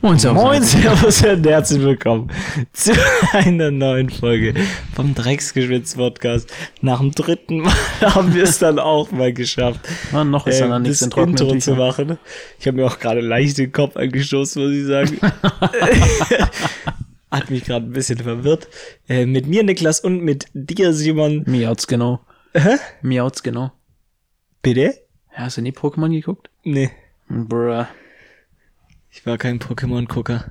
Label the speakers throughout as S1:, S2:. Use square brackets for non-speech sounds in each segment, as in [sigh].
S1: Moin, Servus.
S2: Moin, Servus und herzlich willkommen zu einer neuen Folge vom Drecksgeschwitz-Podcast. Nach dem dritten Mal [laughs] haben wir es dann auch mal geschafft,
S1: Na, noch ist
S2: äh,
S1: dann da nichts
S2: das
S1: in trockenen
S2: Intro zu
S1: Tüchern.
S2: machen. Ich habe mir auch gerade leicht den Kopf angestoßen, muss
S1: [laughs]
S2: ich sagen. Hat mich gerade ein bisschen verwirrt. Äh, mit mir, Niklas, und mit dir, Simon.
S1: Miauts, genau.
S2: Hä?
S1: Miauts, genau.
S2: Bitte?
S1: Ja, hast du nie Pokémon geguckt?
S2: Nee,
S1: Bruh.
S2: ich war kein Pokémon-Gucker.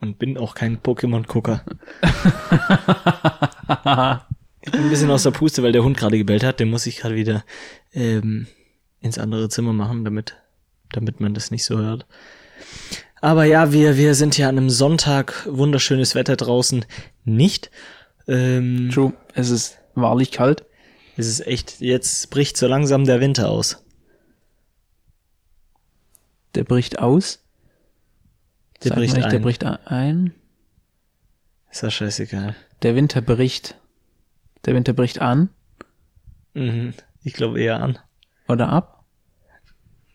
S2: Und bin auch kein Pokémon-Gucker. Ich bin ein bisschen aus der Puste, weil der Hund gerade gebellt hat. Den muss ich gerade wieder ähm, ins andere Zimmer machen, damit, damit man das nicht so hört. Aber ja, wir, wir sind hier an einem Sonntag. Wunderschönes Wetter draußen. Nicht. Ähm,
S1: True, es ist wahrlich kalt.
S2: es ist echt, jetzt bricht so langsam der Winter aus.
S1: Der bricht aus.
S2: Der
S1: Sagt man
S2: bricht
S1: nicht,
S2: ein.
S1: Der bricht a- ein.
S2: Ist doch scheißegal.
S1: Der Winter bricht. Der Winter bricht an
S2: Mhm. Ich glaube eher an.
S1: oder ab.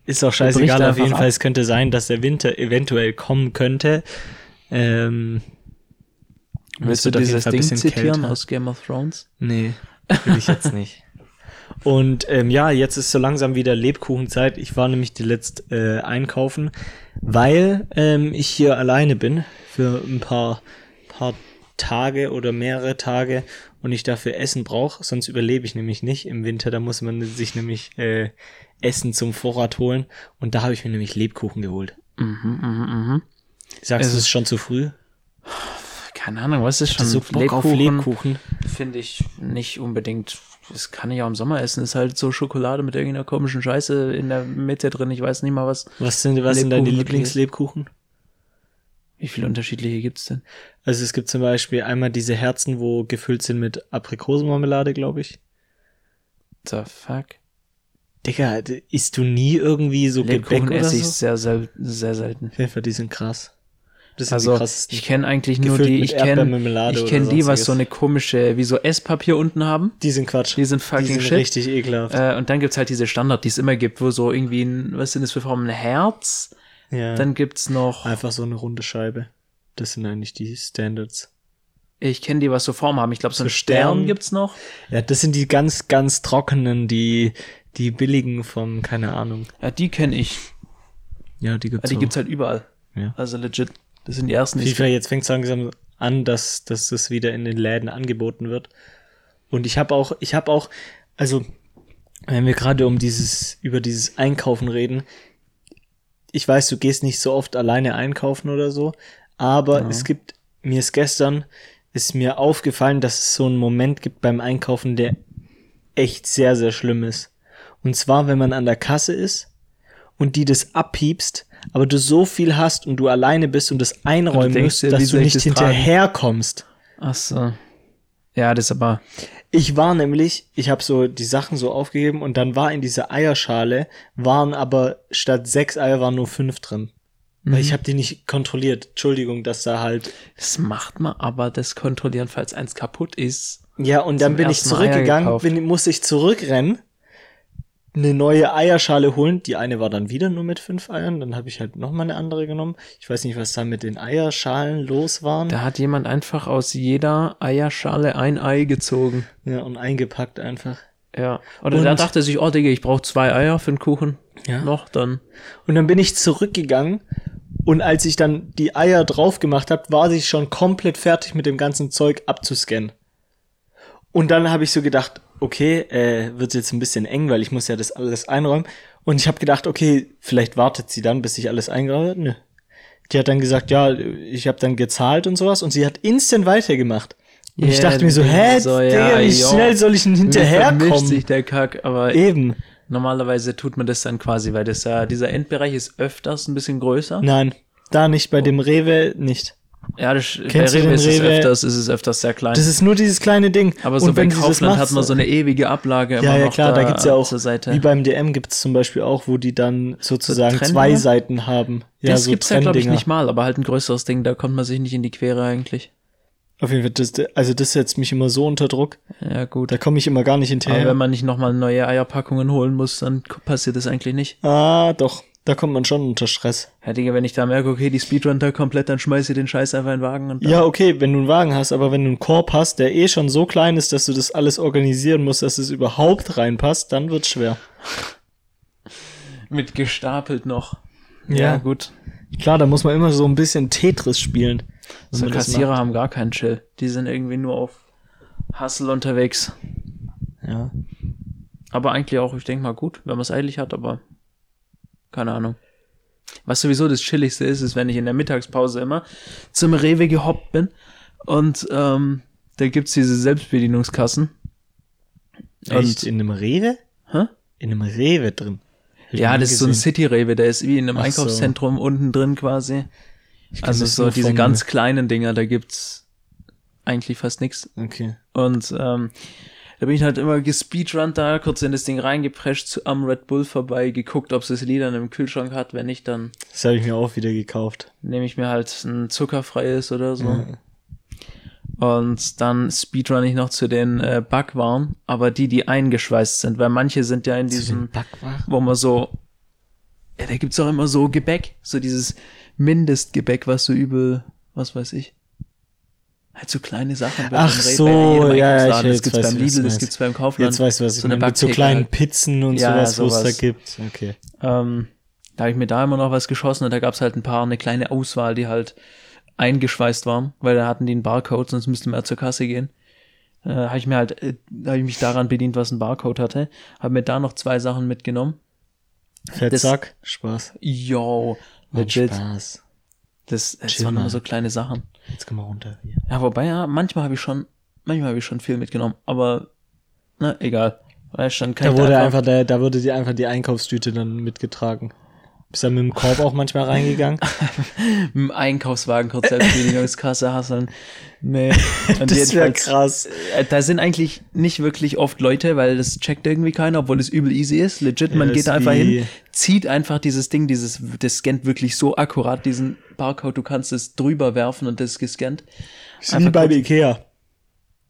S2: Ist auch
S1: bricht
S2: scheißegal, auf
S1: einfach
S2: jeden
S1: ab.
S2: Fall. Es könnte sein, dass der Winter eventuell kommen könnte. Ähm, und es
S1: Willst du
S2: wird auf jeden
S1: dieses
S2: Fall ein
S1: Ding
S2: bisschen
S1: zitieren
S2: kälter.
S1: aus Game of Thrones?
S2: [laughs] Nee, will ich jetzt nicht. Und ähm, ja, jetzt ist so langsam wieder Lebkuchenzeit. Ich war nämlich die letzt äh, einkaufen, weil ähm, ich hier alleine bin für ein paar, paar Tage oder mehrere Tage und ich dafür Essen brauche, sonst überlebe ich nämlich nicht im Winter. Da muss man sich nämlich äh, Essen zum Vorrat holen und da habe ich mir nämlich Lebkuchen geholt.
S1: Mhm, mhm, mhm.
S2: Sagst
S1: Es
S2: du, es
S1: ist-
S2: ist schon zu früh?
S1: Keine Ahnung, was ist schon
S2: Hast du so Bock auf Lebkuchen?
S1: Finde ich nicht unbedingt. Das kann ich auch im Sommer essen. Ist halt so Schokolade mit irgendeiner komischen Scheiße in der Mitte drin. Ich weiß nicht mal was.
S2: Was sind, was sind deine
S1: Lebkuchen mit Käse.
S2: Lieblingslebkuchen?
S1: Wie viele unterschiedliche gibt's denn?
S2: Also es gibt zum Beispiel einmal diese Herzen, wo gefüllt sind mit Aprikosenmarmelade, glaube ich.
S1: The fuck?
S2: Digga, d- isst du nie irgendwie so
S1: Lebkuchen
S2: Gebäck oder
S1: esse ich
S2: so?
S1: sehr, sehr, sehr selten.
S2: Auf jeden Fall, die sind krass. Das sind die
S1: Also
S2: krassesten.
S1: ich kenne eigentlich nur
S2: Gefüllt
S1: die,
S2: mit
S1: ich kenne
S2: Erdbeermarmelade
S1: ich
S2: oder
S1: kenn die, was
S2: sonstiges.
S1: so eine komische, wie so Esspapier unten haben.
S2: die sind Quatsch.
S1: Die sind fucking
S2: die sind
S1: shit.
S2: richtig ekelhaft.
S1: Äh, und dann gibt's halt diese Standard, die es immer gibt, wo so irgendwie ein, was sind das für Formen? Ein Herz.
S2: ja.
S1: Äh, Dann gibt's noch,
S2: Einfach so eine runde Scheibe. Das sind eigentlich die Standards.
S1: ich kenne die, was so Formen haben. Ich glaube, so ein
S2: Stern.
S1: Stern gibt's noch.
S2: Ja, das sind die ganz, ganz trockenen, die, die billigen vom, keine Ahnung.
S1: Ja, die kenne ich.
S2: Ja, die
S1: Ja,
S2: gibt's
S1: die
S2: auch.
S1: gibt's halt überall.
S2: Ja.
S1: Also legit. Das sind die ersten, die ich
S2: FIFA, jetzt fängt es langsam an, dass, dass das wieder in den Läden angeboten wird. Und ich habe auch, ich habe auch, also, wenn wir gerade um dieses, über dieses Einkaufen reden, ich weiß, du gehst nicht so oft alleine einkaufen oder so, aber es gibt, mir ist gestern, ist mir aufgefallen, dass es so einen Moment gibt beim Einkaufen, der echt sehr, sehr schlimm ist. Und zwar, wenn man an der Kasse ist und die das abpiepst, aber du so viel hast und du alleine bist und das einräumen
S1: Und du denkst
S2: musst,
S1: dir, wie
S2: dass du
S1: soll ich
S2: nicht
S1: das tragen?
S2: hinterherkommst.
S1: Ach so. Ja, das ist aber.
S2: Ich war nämlich, ich habe so die Sachen so aufgegeben und dann war in dieser Eierschale, waren aber statt sechs Eier waren nur fünf drin. Weil
S1: Mhm.
S2: ich habe die nicht kontrolliert. Entschuldigung, dass da halt.
S1: Das macht man aber, das Kontrollieren, falls eins kaputt ist.
S2: Ja, und dann
S1: Zum
S2: bin ich
S1: ersten Mal Eier
S2: zurückgegangen,
S1: gekauft.
S2: bin, musste ich zurückrennen, eine neue Eierschale holen. Die eine war dann wieder nur mit fünf Eiern. Dann habe ich halt nochmal eine andere genommen. Ich weiß nicht, was da mit den Eierschalen los waren.
S1: Da hat jemand einfach aus jeder Eierschale ein Ei gezogen.
S2: Ja, und eingepackt einfach.
S1: Ja. Oder
S2: Und-
S1: da dachte sich, oh Digga, ich brauche zwei Eier für den Kuchen.
S2: Ja.
S1: Noch dann.
S2: Und dann bin ich zurückgegangen und als ich dann die Eier drauf gemacht habe, war ich schon komplett fertig mit dem ganzen Zeug abzuscannen. Und dann habe ich so gedacht, okay, äh, wird jetzt ein bisschen eng, weil ich muss ja das alles einräumen. Und ich habe gedacht, okay, vielleicht wartet sie dann, bis ich alles eingeräumt habe. Nö. Die hat dann gesagt, ja, ich habe dann gezahlt und sowas. Und sie hat instant weitergemacht. Und ich
S1: Yeah,
S2: dachte mir so, hä,
S1: so, ja,
S2: Digga, wie
S1: jo.
S2: schnell soll ich denn
S1: Mir vermischt
S2: hinterherkommen?
S1: sich der Kack, aber
S2: Eben.
S1: normalerweise tut man das dann quasi, weil das ja, dieser Endbereich ist öfters ein bisschen größer.
S2: Nein, da nicht, bei dem Rewe nicht.
S1: Ja, das, bei
S2: Kennst du
S1: Rewe
S2: den
S1: ist es
S2: Rewe?
S1: öfters, ist es öfters sehr klein.
S2: Das ist nur dieses kleine Ding.
S1: Aber so
S2: Und
S1: bei
S2: wenn sie das
S1: Kaufland
S2: macht,
S1: hat man so eine ewige Ablage
S2: Ja,
S1: immer
S2: ja,
S1: noch
S2: klar, da, gibt's ja auch.
S1: zur Seite.
S2: Wie beim DM gibt's zum Beispiel auch, wo die dann sozusagen
S1: Trenndinger?
S2: zwei Seiten haben. Ja,
S1: das
S2: so
S1: gibt's ja, glaube ich,
S2: Trenndinger.
S1: nicht mal, aber halt ein größeres Ding, da kommt man sich nicht in die Quere eigentlich.
S2: Auf jeden Fall, das, also das setzt mich immer so unter Druck.
S1: Ja, gut.
S2: Da komme ich immer gar nicht
S1: aber wenn
S2: hinterher.
S1: man nicht nochmal neue Eierpackungen holen muss, dann k- passiert das eigentlich nicht.
S2: Ah, doch. Da kommt man schon unter Stress.
S1: Ja, Digga, wenn ich da merke, okay, die Speedrun da komplett, dann schmeiß ich den Scheiß einfach in den Wagen und
S2: Ja, okay, wenn du einen Wagen hast, aber wenn du einen Korb hast, der eh schon so klein ist, dass du das alles organisieren musst, dass es überhaupt reinpasst, dann wird's schwer.
S1: mit gestapelt noch.
S2: Ja.
S1: gut.
S2: Klar, da muss man immer so ein bisschen Tetris spielen. wenn
S1: So
S2: man das
S1: Kassierer haben gar keinen Chill. Die sind irgendwie nur auf Hustle unterwegs.
S2: macht. Ja.
S1: Aber eigentlich auch, ich denke mal, gut, wenn man es eilig hat, aber keine Ahnung. Was sowieso das Chilligste ist, ist, wenn ich in der Mittagspause immer zum Rewe gehoppt bin und ähm, da gibt's diese Selbstbedienungskassen.
S2: Echt? in einem Rewe?
S1: Hä?
S2: In einem Rewe drin. Hab ich
S1: Ja,
S2: nie
S1: das ist so ein
S2: gesehen.
S1: City-Rewe, der ist wie in einem
S2: Ach so.
S1: Einkaufszentrum unten drin quasi.
S2: Ich kenn
S1: Also
S2: das
S1: so
S2: nur
S1: diese
S2: von-
S1: ganz kleinen Dinger, da gibt's eigentlich fast nichts.
S2: Okay.
S1: Und ähm, da bin ich halt immer gespeedrunnt da, kurz in das Ding reingeprescht, zu, am Red Bull vorbei, geguckt, ob es das Lied an einem Kühlschrank hat. Wenn nicht, dann
S2: Das habe ich mir auch wieder gekauft.
S1: nehme ich mir halt ein zuckerfreies oder so.
S2: Mhm.
S1: Und dann speedrun ich noch zu den äh, Backwaren, aber die, die eingeschweißt sind, weil manche sind ja in diesem,
S2: Backwaren.
S1: wo man so, ja, da gibt's auch immer so Gebäck, so dieses Mindestgebäck, was so übel, was weiß ich. Halt so kleine Sachen.
S2: Ach
S1: man redet,
S2: so,
S1: jedem
S2: ja, ja,
S1: Einkaufsladen.
S2: ich-
S1: Das
S2: jetzt
S1: gibt's
S2: weiß
S1: beim
S2: ich, was
S1: Lidl,
S2: du
S1: das
S2: meinst.
S1: gibt's beim Kaufland.
S2: Jetzt weiß ich, was ich
S1: so eine
S2: meine. Mit so
S1: Backtheke
S2: kleinen
S1: halt.
S2: Pizzen und
S1: Ja,
S2: sowas, wo es da
S1: sowas.
S2: gibt. Okay.
S1: Ähm, da habe ich mir da immer noch was geschossen und da gab's halt ein paar, eine kleine Auswahl, die halt eingeschweißt waren, weil da hatten die einen Barcode, sonst müssten wir ja zur Kasse gehen. Äh, habe ich mir halt, äh, habe ich mich daran bedient, was ein Barcode hatte, habe mir da noch zwei Sachen mitgenommen.
S2: Fettsack. Spaß.
S1: Yo,
S2: Macht
S1: legit.
S2: Spaß.
S1: Das, das
S2: Chill
S1: waren
S2: mal.
S1: immer so kleine Sachen.
S2: Jetzt komm mal runter. hier.
S1: Ja, wobei, ja, manchmal habe ich schon, manchmal habe ich schon viel mitgenommen, aber na, egal. Weißt, du, dann kann
S2: Da
S1: ich da
S2: wurde einfach, da, da wurde dir einfach die Einkaufstüte dann mitgetragen. Bist du mit dem Korb auch manchmal reingegangen?
S1: mit dem Einkaufswagen kurz
S2: [laughs]
S1: Selbstbedienungskasse hasseln. Nee. [laughs] Und
S2: Das wäre
S1: jedenfalls-
S2: krass.
S1: Äh, Da sind eigentlich nicht wirklich oft Leute, weil das checkt irgendwie keiner, obwohl es übel easy ist. Legit, man
S2: Ja,
S1: geht
S2: ist
S1: da einfach
S2: wie-
S1: hin, zieht einfach dieses Ding, dieses, das scannt wirklich so akkurat diesen Barcode, du kannst es drüber werfen und das ist gescannt.
S2: Ist Wie
S1: Einfach
S2: beim
S1: kurz-
S2: Ikea.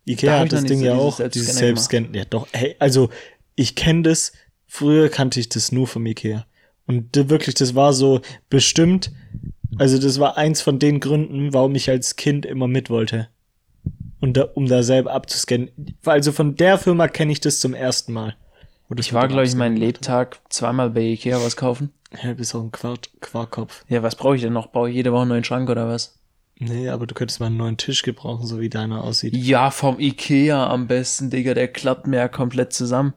S2: Ikea
S1: Da hab ich
S2: hat das
S1: noch
S2: Ding
S1: nicht so dieses
S2: ja auch,
S1: Selbstscanner
S2: dieses Selbstscannen. Ja, doch, hey, also ich kenne das, früher kannte ich das nur vom Ikea. Und da wirklich, das war so bestimmt, also das war eins von den Gründen, warum ich als Kind immer mit wollte. Und da, um da selber abzuscannen. Also von der Firma kenne ich das zum ersten Mal. Wo das
S1: Ich
S2: mit
S1: war,
S2: dem
S1: glaube ich, meinen
S2: Abscannen
S1: Lebtag zweimal bei Ikea was kaufen.
S2: gemacht. Ja, du bist auch ein Quark Quarkkopf.
S1: Ja, was brauche ich denn noch? Brauche ich jede Woche einen neuen Schrank oder was?
S2: Nee, aber du könntest mal einen neuen Tisch gebrauchen, so wie deiner aussieht.
S1: Ja, vom Ikea am besten, Digga, der klappt mir ja komplett zusammen.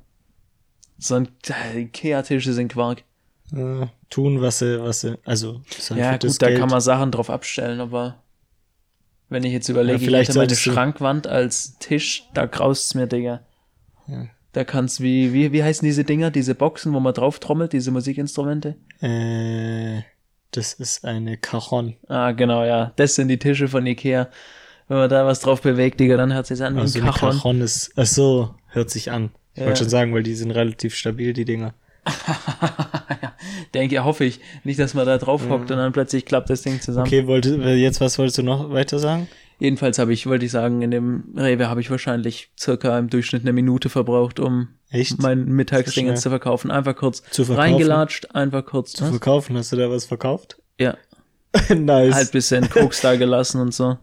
S1: So ein äh, Ikea-Tische sind Quark.
S2: Äh, tun, was sie, was sie, also. ist halt
S1: Ja,
S2: für das
S1: gut, da
S2: Geld.
S1: kann man Sachen drauf abstellen, aber wenn ich jetzt überlege,
S2: Ja, vielleicht
S1: ich hätte meine
S2: solltest du-
S1: Schrankwand als Tisch, da graust's mir, Digga.
S2: Ja.
S1: Da kannst wie, wie, wie heißen diese Dinger, diese Boxen, wo man drauf trommelt, diese Musikinstrumente?
S2: Äh, das ist eine Cajon.
S1: Ah, genau, ja. Das sind die Tische von Ikea. Wenn man da was drauf bewegt, Digga, dann hört sich an wie
S2: Also
S1: ein
S2: eine
S1: Kachon.
S2: Cajon ist, ach so, hört sich an. Ich
S1: Ja.
S2: wollte schon sagen, weil die sind relativ stabil, die Dinger.
S1: Denke, hoffe ich. Nicht, dass man da drauf hockt und dann plötzlich klappt das Ding zusammen.
S2: Mhm. Okay, wollte, äh, jetzt was wolltest du noch weiter sagen?
S1: Jedenfalls habe ich, wollte ich sagen, in dem Rewe habe ich wahrscheinlich circa im Durchschnitt eine Minute verbraucht, um
S2: Echt?
S1: mein
S2: So schnell.
S1: Mittagsdingens zu verkaufen. Einfach kurz
S2: Zu verkaufen?
S1: reingelatscht, einfach kurz.
S2: Zu
S1: was?
S2: verkaufen, hast du da was verkauft? [laughs]
S1: ja,
S2: nice.
S1: halt
S2: [laughs]
S1: bisschen Koks da gelassen und so.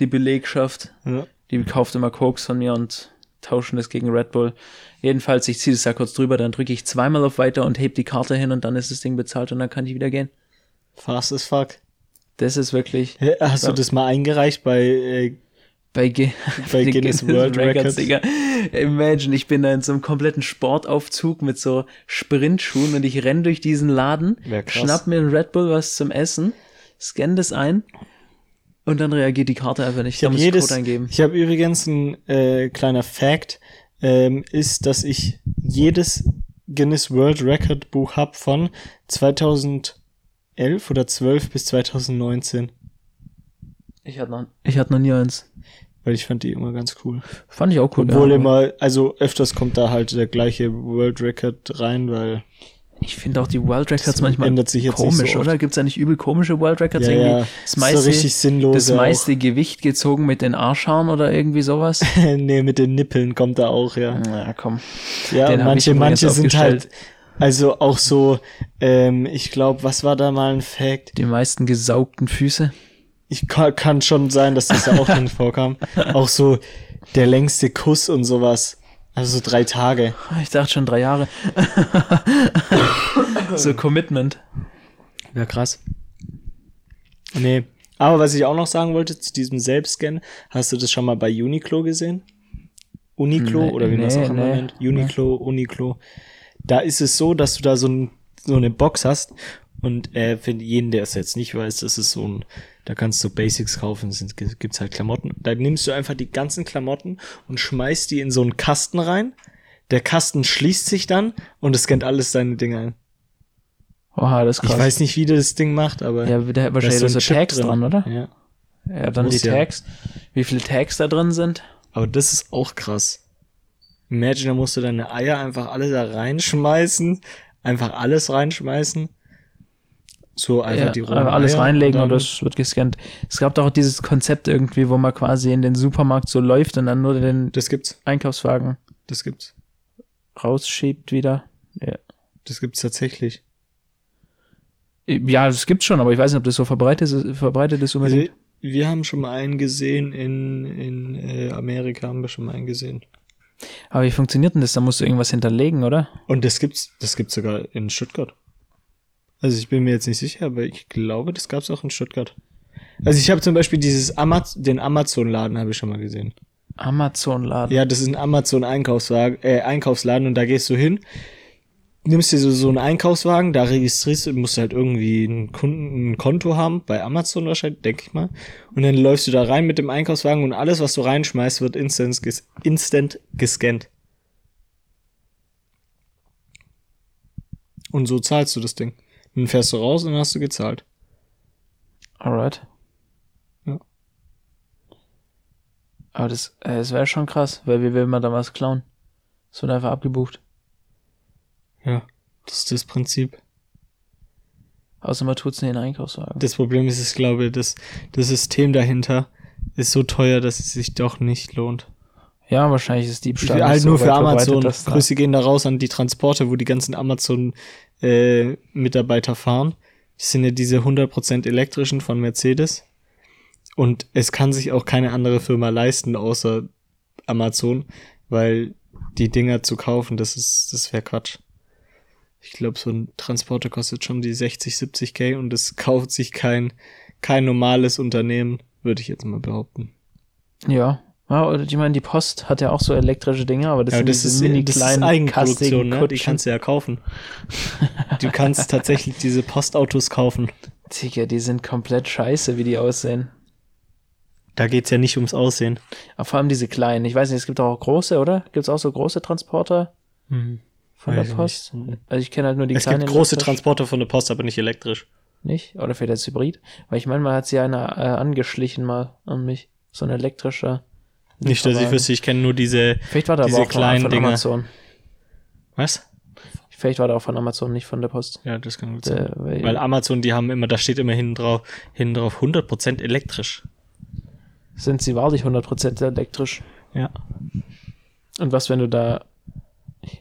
S1: Die Belegschaft,
S2: ja.
S1: die kauft immer Koks von mir und tauschen das gegen Red Bull. Jedenfalls, ich ziehe das da kurz drüber, dann drücke ich zweimal auf Weiter und heb die Karte hin und dann ist das Ding bezahlt und dann kann ich wieder gehen.
S2: Fast as fuck.
S1: Das ist wirklich
S2: Hä, Hast du
S1: Ja.
S2: das mal eingereicht bei, äh,
S1: bei, Ge
S2: [laughs]
S1: [laughs]
S2: bei Guinness World Records?
S1: Digga. Imagine, ich bin da in so einem kompletten Sportaufzug mit so Sprintschuhen und ich renn durch diesen Laden,
S2: Wär krass.
S1: schnapp mir einen Red Bull was zum Essen, scan das ein und dann reagiert die Karte einfach nicht.
S2: Ich habe
S1: muss
S2: jedes.
S1: Code eingeben.
S2: Ich habe übrigens ein äh, kleiner Fact, ähm, ist, dass ich jedes Guinness World Record Buch hab von 2011 oder 12 bis 2019,
S1: Ich hatte noch, ich hatte noch nie eins.
S2: weil ich fand die immer ganz cool.
S1: Fand ich auch cool.
S2: Obwohl
S1: ja, aber
S2: immer, also öfters kommt da halt der gleiche World Record rein, weil
S1: Ich finde auch die World Records
S2: Das
S1: manchmal
S2: ändert sich jetzt nicht
S1: komisch,
S2: so oft.
S1: oder? Gibt's da nicht übel komische World Records?
S2: ja,
S1: irgendwie
S2: ja,
S1: das
S2: ist so
S1: meiste,
S2: richtig sinnlos.
S1: das
S2: [laughs]
S1: meiste Gewicht gezogen mit den Arschhaaren oder irgendwie sowas?
S2: nee, mit den Nippeln kommt da auch, ja.
S1: Na komm.
S2: Ja,
S1: Den hab ich
S2: manche,
S1: übrigens
S2: manche sind halt,
S1: aufgestellt.
S2: Also auch so, ähm, ich glaube, was war da mal ein Fact?
S1: Die meisten gesaugten Füße.
S2: Ich kann, kann schon sein, dass das da auch drin vorkam. Auch so der längste Kuss und sowas. Also so drei Tage.
S1: Ich dachte schon drei Jahre. [laughs] so Commitment.
S2: Ja, krass. Nee. Aber was ich auch noch sagen wollte zu diesem Selbstscan, hast du das schon mal bei Uniqlo gesehen? Uniqlo
S1: Nee,
S2: oder wie man es
S1: nee,
S2: auch immer
S1: nee.
S2: nennt? Uniqlo, Uniqlo. Da ist es so, dass du da so, ein, so eine Box hast und äh, für jeden, der es jetzt nicht weiß, das ist so ein, da kannst du Basics kaufen, es sind- gibt's halt Klamotten. Da nimmst du einfach die ganzen Klamotten und schmeißt die in so einen Kasten rein. Der Kasten schließt sich dann und es scannt alles deine Dinge ein.
S1: Oha, das ist
S2: Ich
S1: krass.
S2: weiß nicht, wie der das Ding macht, aber
S1: ja, da hat
S2: da ist
S1: wahrscheinlich so,
S2: Chip
S1: Tags dran, oder?
S2: Ja.
S1: Ja, dann die
S2: Muss ja.
S1: Tags. Wie viele Tags da drin sind?
S2: Aber das ist auch krass. Imagine, da musst du deine Eier einfach alle da reinschmeißen. Einfach alles reinschmeißen. So einfach
S1: ja,
S2: die rohen
S1: aber alles
S2: Eier
S1: reinlegen und
S2: dann-
S1: das wird gescannt. Es gab doch auch dieses Konzept irgendwie, wo man quasi in den Supermarkt so läuft und dann nur den
S2: Das gibt's.
S1: Einkaufswagen
S2: Das gibt's.
S1: rausschiebt wieder. Ja.
S2: Das gibt's tatsächlich.
S1: Ja, das gibt's schon, aber ich weiß nicht, ob das so verbreitet ist, verbreitet ist
S2: Also,
S1: unbedingt.
S2: wir haben schon mal einen gesehen in, in äh, Amerika, haben wir schon mal einen gesehen.
S1: Aber wie funktioniert denn das? Da musst du irgendwas hinterlegen, oder?
S2: Und das gibt's, das gibt's sogar in Stuttgart. Also ich bin mir jetzt nicht sicher, aber ich glaube, das gab's auch in Stuttgart. Also ich habe zum Beispiel dieses Amaz den Amazon-Laden habe ich schon mal gesehen.
S1: Amazon-Laden.
S2: Ja, das ist ein Amazon-Einkaufswagen, äh, Einkaufsladen und da gehst du hin, nimmst dir so, so einen Einkaufswagen, da registrierst du, musst halt irgendwie einen Kunden, ein Konto haben, bei Amazon wahrscheinlich, denke ich mal. Und dann läufst du da rein mit dem Einkaufswagen und alles, was du reinschmeißt, wird instant, ges instant gescannt. Und so zahlst du das Ding. Dann fährst du raus und dann hast du gezahlt.
S1: Alright.
S2: Ja.
S1: Aber das, äh, das wäre schon krass, weil wie will man da was klauen? Das wird einfach abgebucht.
S2: Ja. Das ist das Prinzip.
S1: Außer man tut's nicht in den Einkaufswagen.
S2: Das Problem ist, ich glaube, das, das System dahinter ist so teuer, dass es sich doch nicht lohnt.
S1: ja, wahrscheinlich ist Diebstahl.
S2: halt
S1: nicht
S2: nur
S1: so
S2: für
S1: weit verbreitet,
S2: Amazon.
S1: dass da-
S2: Grüße gehen da raus an die Transporte, wo die ganzen Amazon-Mitarbeiter fahren. Das sind ja diese 100% elektrischen von Mercedes. Und es kann sich auch keine andere Firma leisten, außer Amazon, weil die Dinger zu kaufen, das ist, das wäre Quatsch. Ich glaube, so ein Transporter kostet schon die 60, 70 K und das kauft sich kein, kein normales Unternehmen, würde ich jetzt mal behaupten.
S1: Ja. ja. oder Ich meine, die Post hat ja auch so elektrische Dinge, aber das
S2: Ja,
S1: sind
S2: das ist,
S1: diese mini
S2: das ist
S1: kleinen
S2: Eigenproduktion,
S1: kastigen
S2: ne? Die kannst du ja kaufen. Du kannst tatsächlich diese Postautos kaufen.
S1: Digga, die sind komplett scheiße, wie die aussehen.
S2: Da geht's ja nicht ums Aussehen.
S1: Aber vor allem diese kleinen. Ich weiß nicht, es gibt auch große, oder? Gibt's auch so große Transporter von
S2: Hm. Weiß
S1: der
S2: ich
S1: Post?
S2: nicht.
S1: Also ich kenne halt nur die
S2: Es
S1: kleinen.
S2: gibt große
S1: elektrisch.
S2: Transporter von der Post, aber nicht elektrisch.
S1: Nicht? Oder vielleicht als Hybrid? Weil ich meine, mal hat sie einer äh, angeschlichen mal an mich. So ein elektrischer.
S2: Nicht, dass ich
S1: Lieferwagen.
S2: wüsste, ich kenne nur diese.
S1: Vielleicht war da
S2: diese
S1: aber auch von,
S2: kleinen
S1: von
S2: Dinger.
S1: Amazon.
S2: Was?
S1: Vielleicht war da auch von Amazon, nicht von der Post.
S2: Ja, das kann gut sein.
S1: Äh, weil,
S2: Weil Amazon, die haben immer, da steht immer hinten drauf, hinten drauf 100% elektrisch.
S1: sind sie wahrlich 100% elektrisch?
S2: Ja.
S1: Und was, wenn du da.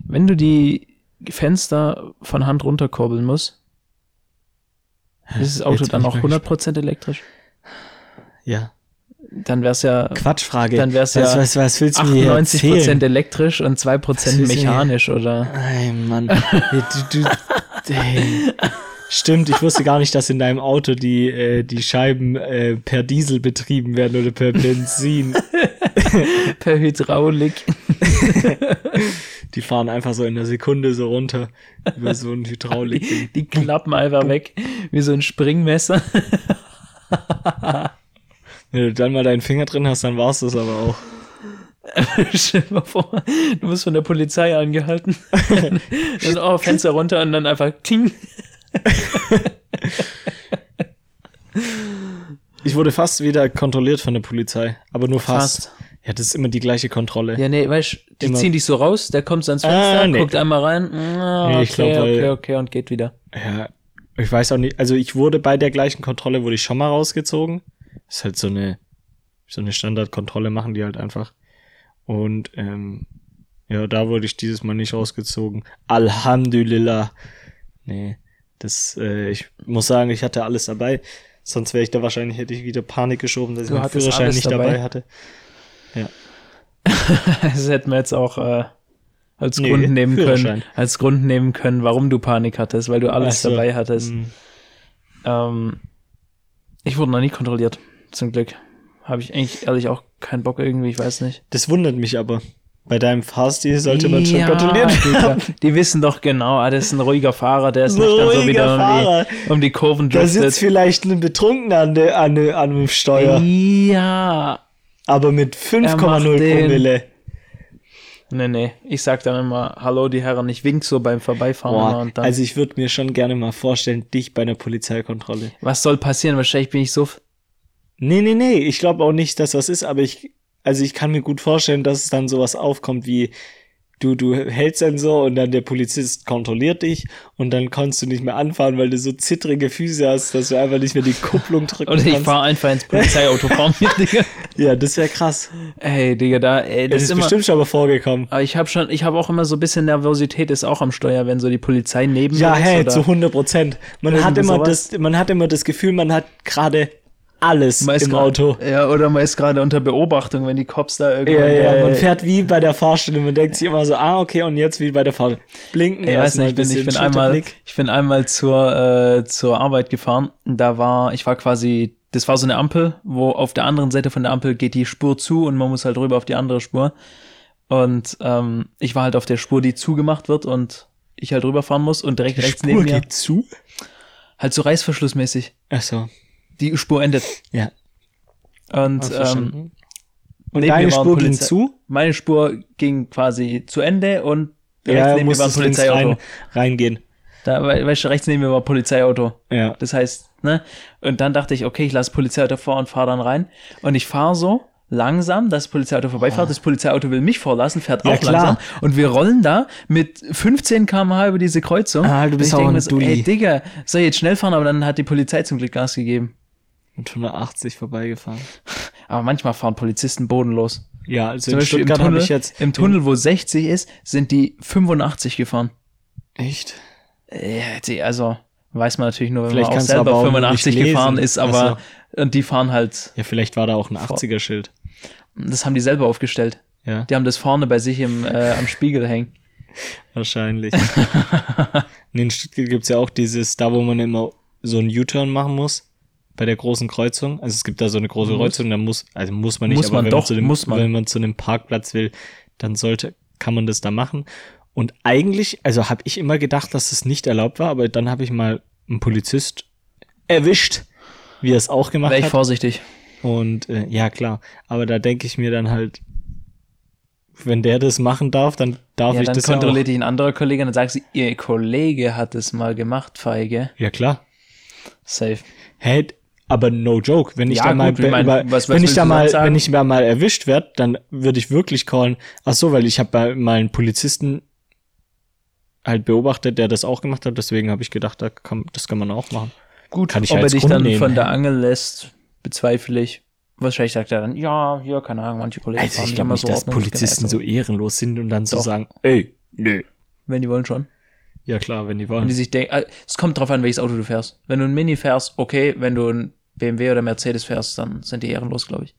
S1: Wenn du die Fenster von Hand runterkurbeln musst, ist das Auto
S2: Jetzt
S1: dann
S2: bin ich
S1: auch
S2: mal
S1: 100% elektrisch?
S2: Ja.
S1: Dann wär's ja
S2: Quatschfrage.
S1: Dann wär's
S2: Was,
S1: ja
S2: was, was willst du mir hier
S1: 98
S2: erzählen?
S1: Prozent elektrisch und 2
S2: Was
S1: Prozent
S2: willst du mir-
S1: mechanisch, oder?
S2: Ey, Mann. Ja, du, du, ey. Stimmt, ich wusste gar nicht, dass in deinem Auto die, äh, die Scheiben äh, per Diesel betrieben werden oder per Benzin.
S1: Per Hydraulik.
S2: Die fahren einfach so in der Sekunde so runter über so ein Hydraulik.
S1: Die klappen einfach weg, wie so ein Springmesser. [laughs]
S2: Wenn du dann mal deinen Finger drin hast, dann war's das aber auch.
S1: Stell dir mal vor, du wirst von der Polizei [laughs] angehalten. Dann, oh, Fenster runter und dann einfach ting.
S2: Ich wurde fast wieder kontrolliert von der Polizei, aber nur fast.
S1: Fast.
S2: Ja, das ist immer die gleiche Kontrolle.
S1: Ja, nee, weißt du, die
S2: Immer.
S1: ziehen dich so raus, der kommt so ans
S2: Ah,
S1: Fenster,
S2: nee.
S1: guckt einmal rein. Ah,
S2: Nee,
S1: okay,
S2: ich glaub, weil-
S1: okay, okay, und geht wieder.
S2: Ja, ich weiß auch nicht, also ich wurde bei der gleichen Kontrolle, wurde ich schon mal rausgezogen. Ist halt so eine, so eine Standardkontrolle machen die halt einfach. Und ähm, Ja, da wurde ich dieses Mal nicht rausgezogen. Alhamdulillah. Nee, das, äh, ich muss sagen, ich hatte alles dabei. Sonst wäre ich da wahrscheinlich, hätte ich wieder Panik geschoben, dass
S3: Du
S2: ich meinen
S3: hattest
S2: Führerschein
S3: alles
S2: nicht dabei,
S3: dabei?
S2: hatte.
S1: Das hätten wir jetzt auch äh, als
S2: Nee,
S1: Grund nehmen können,
S2: Führerschein.
S1: als Grund nehmen können, warum du Panik hattest, weil du alles
S2: Also,
S1: dabei hattest.
S2: mh,
S1: Ähm, ich wurde noch nie kontrolliert, zum Glück. Habe ich eigentlich ehrlich auch keinen Bock irgendwie, ich weiß nicht.
S2: Das wundert mich aber. Bei deinem Fahrstil sollte man schon kontrolliert
S3: [laughs]
S1: Digga,
S2: werden.
S1: [laughs] Die wissen doch genau, ah, das ist ein ruhiger Fahrer, der ist
S2: Ein
S1: nicht dann so
S2: ruhiger
S1: wieder um
S2: Fahrer.
S1: die, um die Kurven
S2: Da sitzt
S1: driftet.
S2: vielleicht ein Betrunkener an, de, an, de, an dem Steuer,
S1: Ja.
S2: aber
S1: macht
S2: mit 5,0
S1: den-
S2: Promille.
S1: Nee, nee. Ich sag dann immer, hallo die Herren, ich wink so beim Vorbeifahren. immer
S2: Boah,
S1: Oh, und dann,
S2: also ich würde mir schon gerne mal vorstellen, dich bei einer Polizeikontrolle.
S1: was soll passieren? Wahrscheinlich bin ich so.
S2: Nee, nee, nee, ich glaube auch nicht, dass das ist, aber ich, also ich kann mir gut vorstellen, dass es dann sowas aufkommt wie, du, du hältst dann so und dann der Polizist kontrolliert dich und dann kannst du nicht mehr anfahren, weil du so zittrige Füße hast, dass du einfach nicht mehr die Kupplung drücken
S1: Oder ich
S2: kannst.
S1: fahr einfach ins Polizeiauto vor
S2: [laughs]
S1: mir, Digga.
S2: Ja, das wäre krass.
S1: Ey, Digga, da, ey, das,
S2: Das, ist
S1: ist immer.
S2: bestimmt schon mal vorgekommen.
S1: Aber ich habe schon, ich habe auch immer so ein bisschen Nervosität ist auch am Steuer, wenn so die Polizei neben
S2: Ja,
S1: mir ist.
S2: hey,
S1: oder
S2: zu 100 Prozent. Man hat
S1: Irgendwie
S2: immer
S1: sowas.
S2: das, man hat immer das Gefühl, man hat gerade alles
S1: man ist
S2: im
S1: grad-
S2: Auto.
S1: Ja, oder man ist gerade unter Beobachtung, wenn die Cops da irgendwie.
S2: Ja, ja, ähm, man fährt wie bei der Fahrstelle. Man denkt sich immer so, ah, okay, und jetzt wie bei der Fahrstelle. Blinken,
S1: Ich weiß
S2: erstmal
S1: nicht, ich bin,
S2: ein
S1: ich bin
S2: bisschen
S1: einmal,
S2: Schulterblick.
S1: ich bin einmal zur, äh, zur Arbeit gefahren. Da war, ich war quasi, das war so eine Ampel, wo auf der anderen Seite von der Ampel geht die Spur zu und man muss halt rüber auf die andere Spur. Und ähm, ich war halt auf der Spur, die zugemacht wird und ich halt rüberfahren muss und direkt rechts
S2: Spur
S1: neben mir.
S2: geht zu.
S1: Halt so reißverschlussmäßig.
S2: Ach so,
S1: Die Spur endet.
S2: ja.
S1: Und ähm,
S2: verstanden. und
S1: neben
S2: deine
S1: mir war ein
S2: Spur ging
S1: Polizei-
S2: zu.
S1: meine Spur ging quasi zu Ende und rechts
S2: Ja,
S1: neben mir war ein
S2: musstest links
S1: Polizeiauto.
S2: rein, reingehen.
S1: Da, we- weißt du, rechts neben mir war ein Polizeiauto.
S2: Ja.
S1: Das heißt, ne? Und dann dachte ich, okay, ich lasse Polizeiauto vor und fahre dann rein. Und ich fahre so langsam, das Polizeiauto vorbeifährt. Das Polizeiauto will mich vorlassen, fährt
S2: Ah. Ja,
S1: auch
S2: klar.
S1: langsam. Und wir rollen da mit 15 km/h über diese Kreuzung.
S2: Ah, du
S1: Und
S2: bist
S1: ich denk
S2: auch
S1: mir
S2: ein
S1: so, Ey,
S2: Dulli.
S1: Digga, soll ich jetzt schnell fahren? Aber dann hat die Polizei zum Glück Gas gegeben.
S2: Und 180 vorbeigefahren.
S1: Aber manchmal fahren Polizisten bodenlos.
S2: Ja, also
S1: Zum
S2: in
S1: Beispiel im
S2: Stuttgart habe
S1: Tunnel,
S2: ich jetzt.
S1: im Tunnel, wo 60 ist, sind die 85 gefahren.
S2: Echt?
S1: Ja, die, also weiß man natürlich nur, wenn
S2: Vielleicht
S1: man auch
S2: kannst du aber
S1: selber
S2: auch nicht
S1: 85
S2: lesen. Also-
S1: gefahren ist, aber und die fahren halt
S2: Ja, vielleicht war da auch ein 80er-Schild.
S1: Das haben die selber aufgestellt.
S2: Ja,
S1: Die haben das vorne bei sich im, äh, am Spiegel hängen. [laughs]
S2: wahrscheinlich. Und in Stuttgart gibt's ja auch dieses, da wo man immer so einen U-Turn machen muss. Bei der großen Kreuzung. Also es gibt da so eine große
S1: Muss.
S2: Kreuzung, da muss, also muss man nicht,
S1: Mhm. Muss
S2: aber
S1: man
S2: wenn,
S1: doch,
S2: man zu dem,
S1: muss man.
S2: wenn man zu einem Parkplatz will, dann sollte, kann man das da machen. Und eigentlich, also habe ich immer gedacht, dass das nicht erlaubt war, aber dann habe ich mal einen Polizist erwischt, wie er es auch gemacht
S1: Wäre ich
S2: hat.
S1: vorsichtig.
S2: Und äh, ja, klar. Aber da denke ich mir dann halt, wenn der das machen darf, dann darf
S1: Ja,
S2: ich
S1: dann
S2: das ja auch.
S1: kontrolliert dich ein anderer Kollege und dann sagst du, ihr Kollege hat es mal gemacht, Feige.
S2: Ja, klar.
S1: Safe.
S2: Hä, d- aber no joke. Wenn ich
S1: Ja,
S2: da mal,
S1: gut, ich mein,
S2: über,
S1: was- was
S2: wenn ich
S1: willst
S2: da
S1: du
S2: mal,
S1: sonst sagen?
S2: wenn ich da mal erwischt werde, dann würde ich wirklich callen. Ach so, weil ich habe mal einen Polizisten halt beobachtet, der das auch gemacht hat. Deswegen habe ich gedacht, da kann, das kann man auch machen.
S1: Gut,
S2: Kann ich
S1: ob er
S2: als
S1: dich
S2: Grund
S1: dann
S2: nehmen.
S1: von der Angel lässt, bezweifle ich. Wahrscheinlich sagt er dann, ja, hier, keine Ahnung, manche Kollegen
S2: Also
S1: fahren
S2: ich glaube
S1: immer
S2: nicht, dass
S1: ordnungsgemäß
S2: Polizisten
S1: um.
S2: so ehrenlos sind und dann so
S1: Doch. Äh,
S2: sagen, ey, nö.
S1: Wenn die wollen schon.
S2: Ja klar, wenn die
S1: Wenn
S2: wollen.
S1: die sich denken, ah, es kommt drauf an, welches Auto du fährst. Wenn du ein Mini fährst, okay. Wenn du ein BMW oder Mercedes fährst, dann sind die ehrenlos, glaube ich.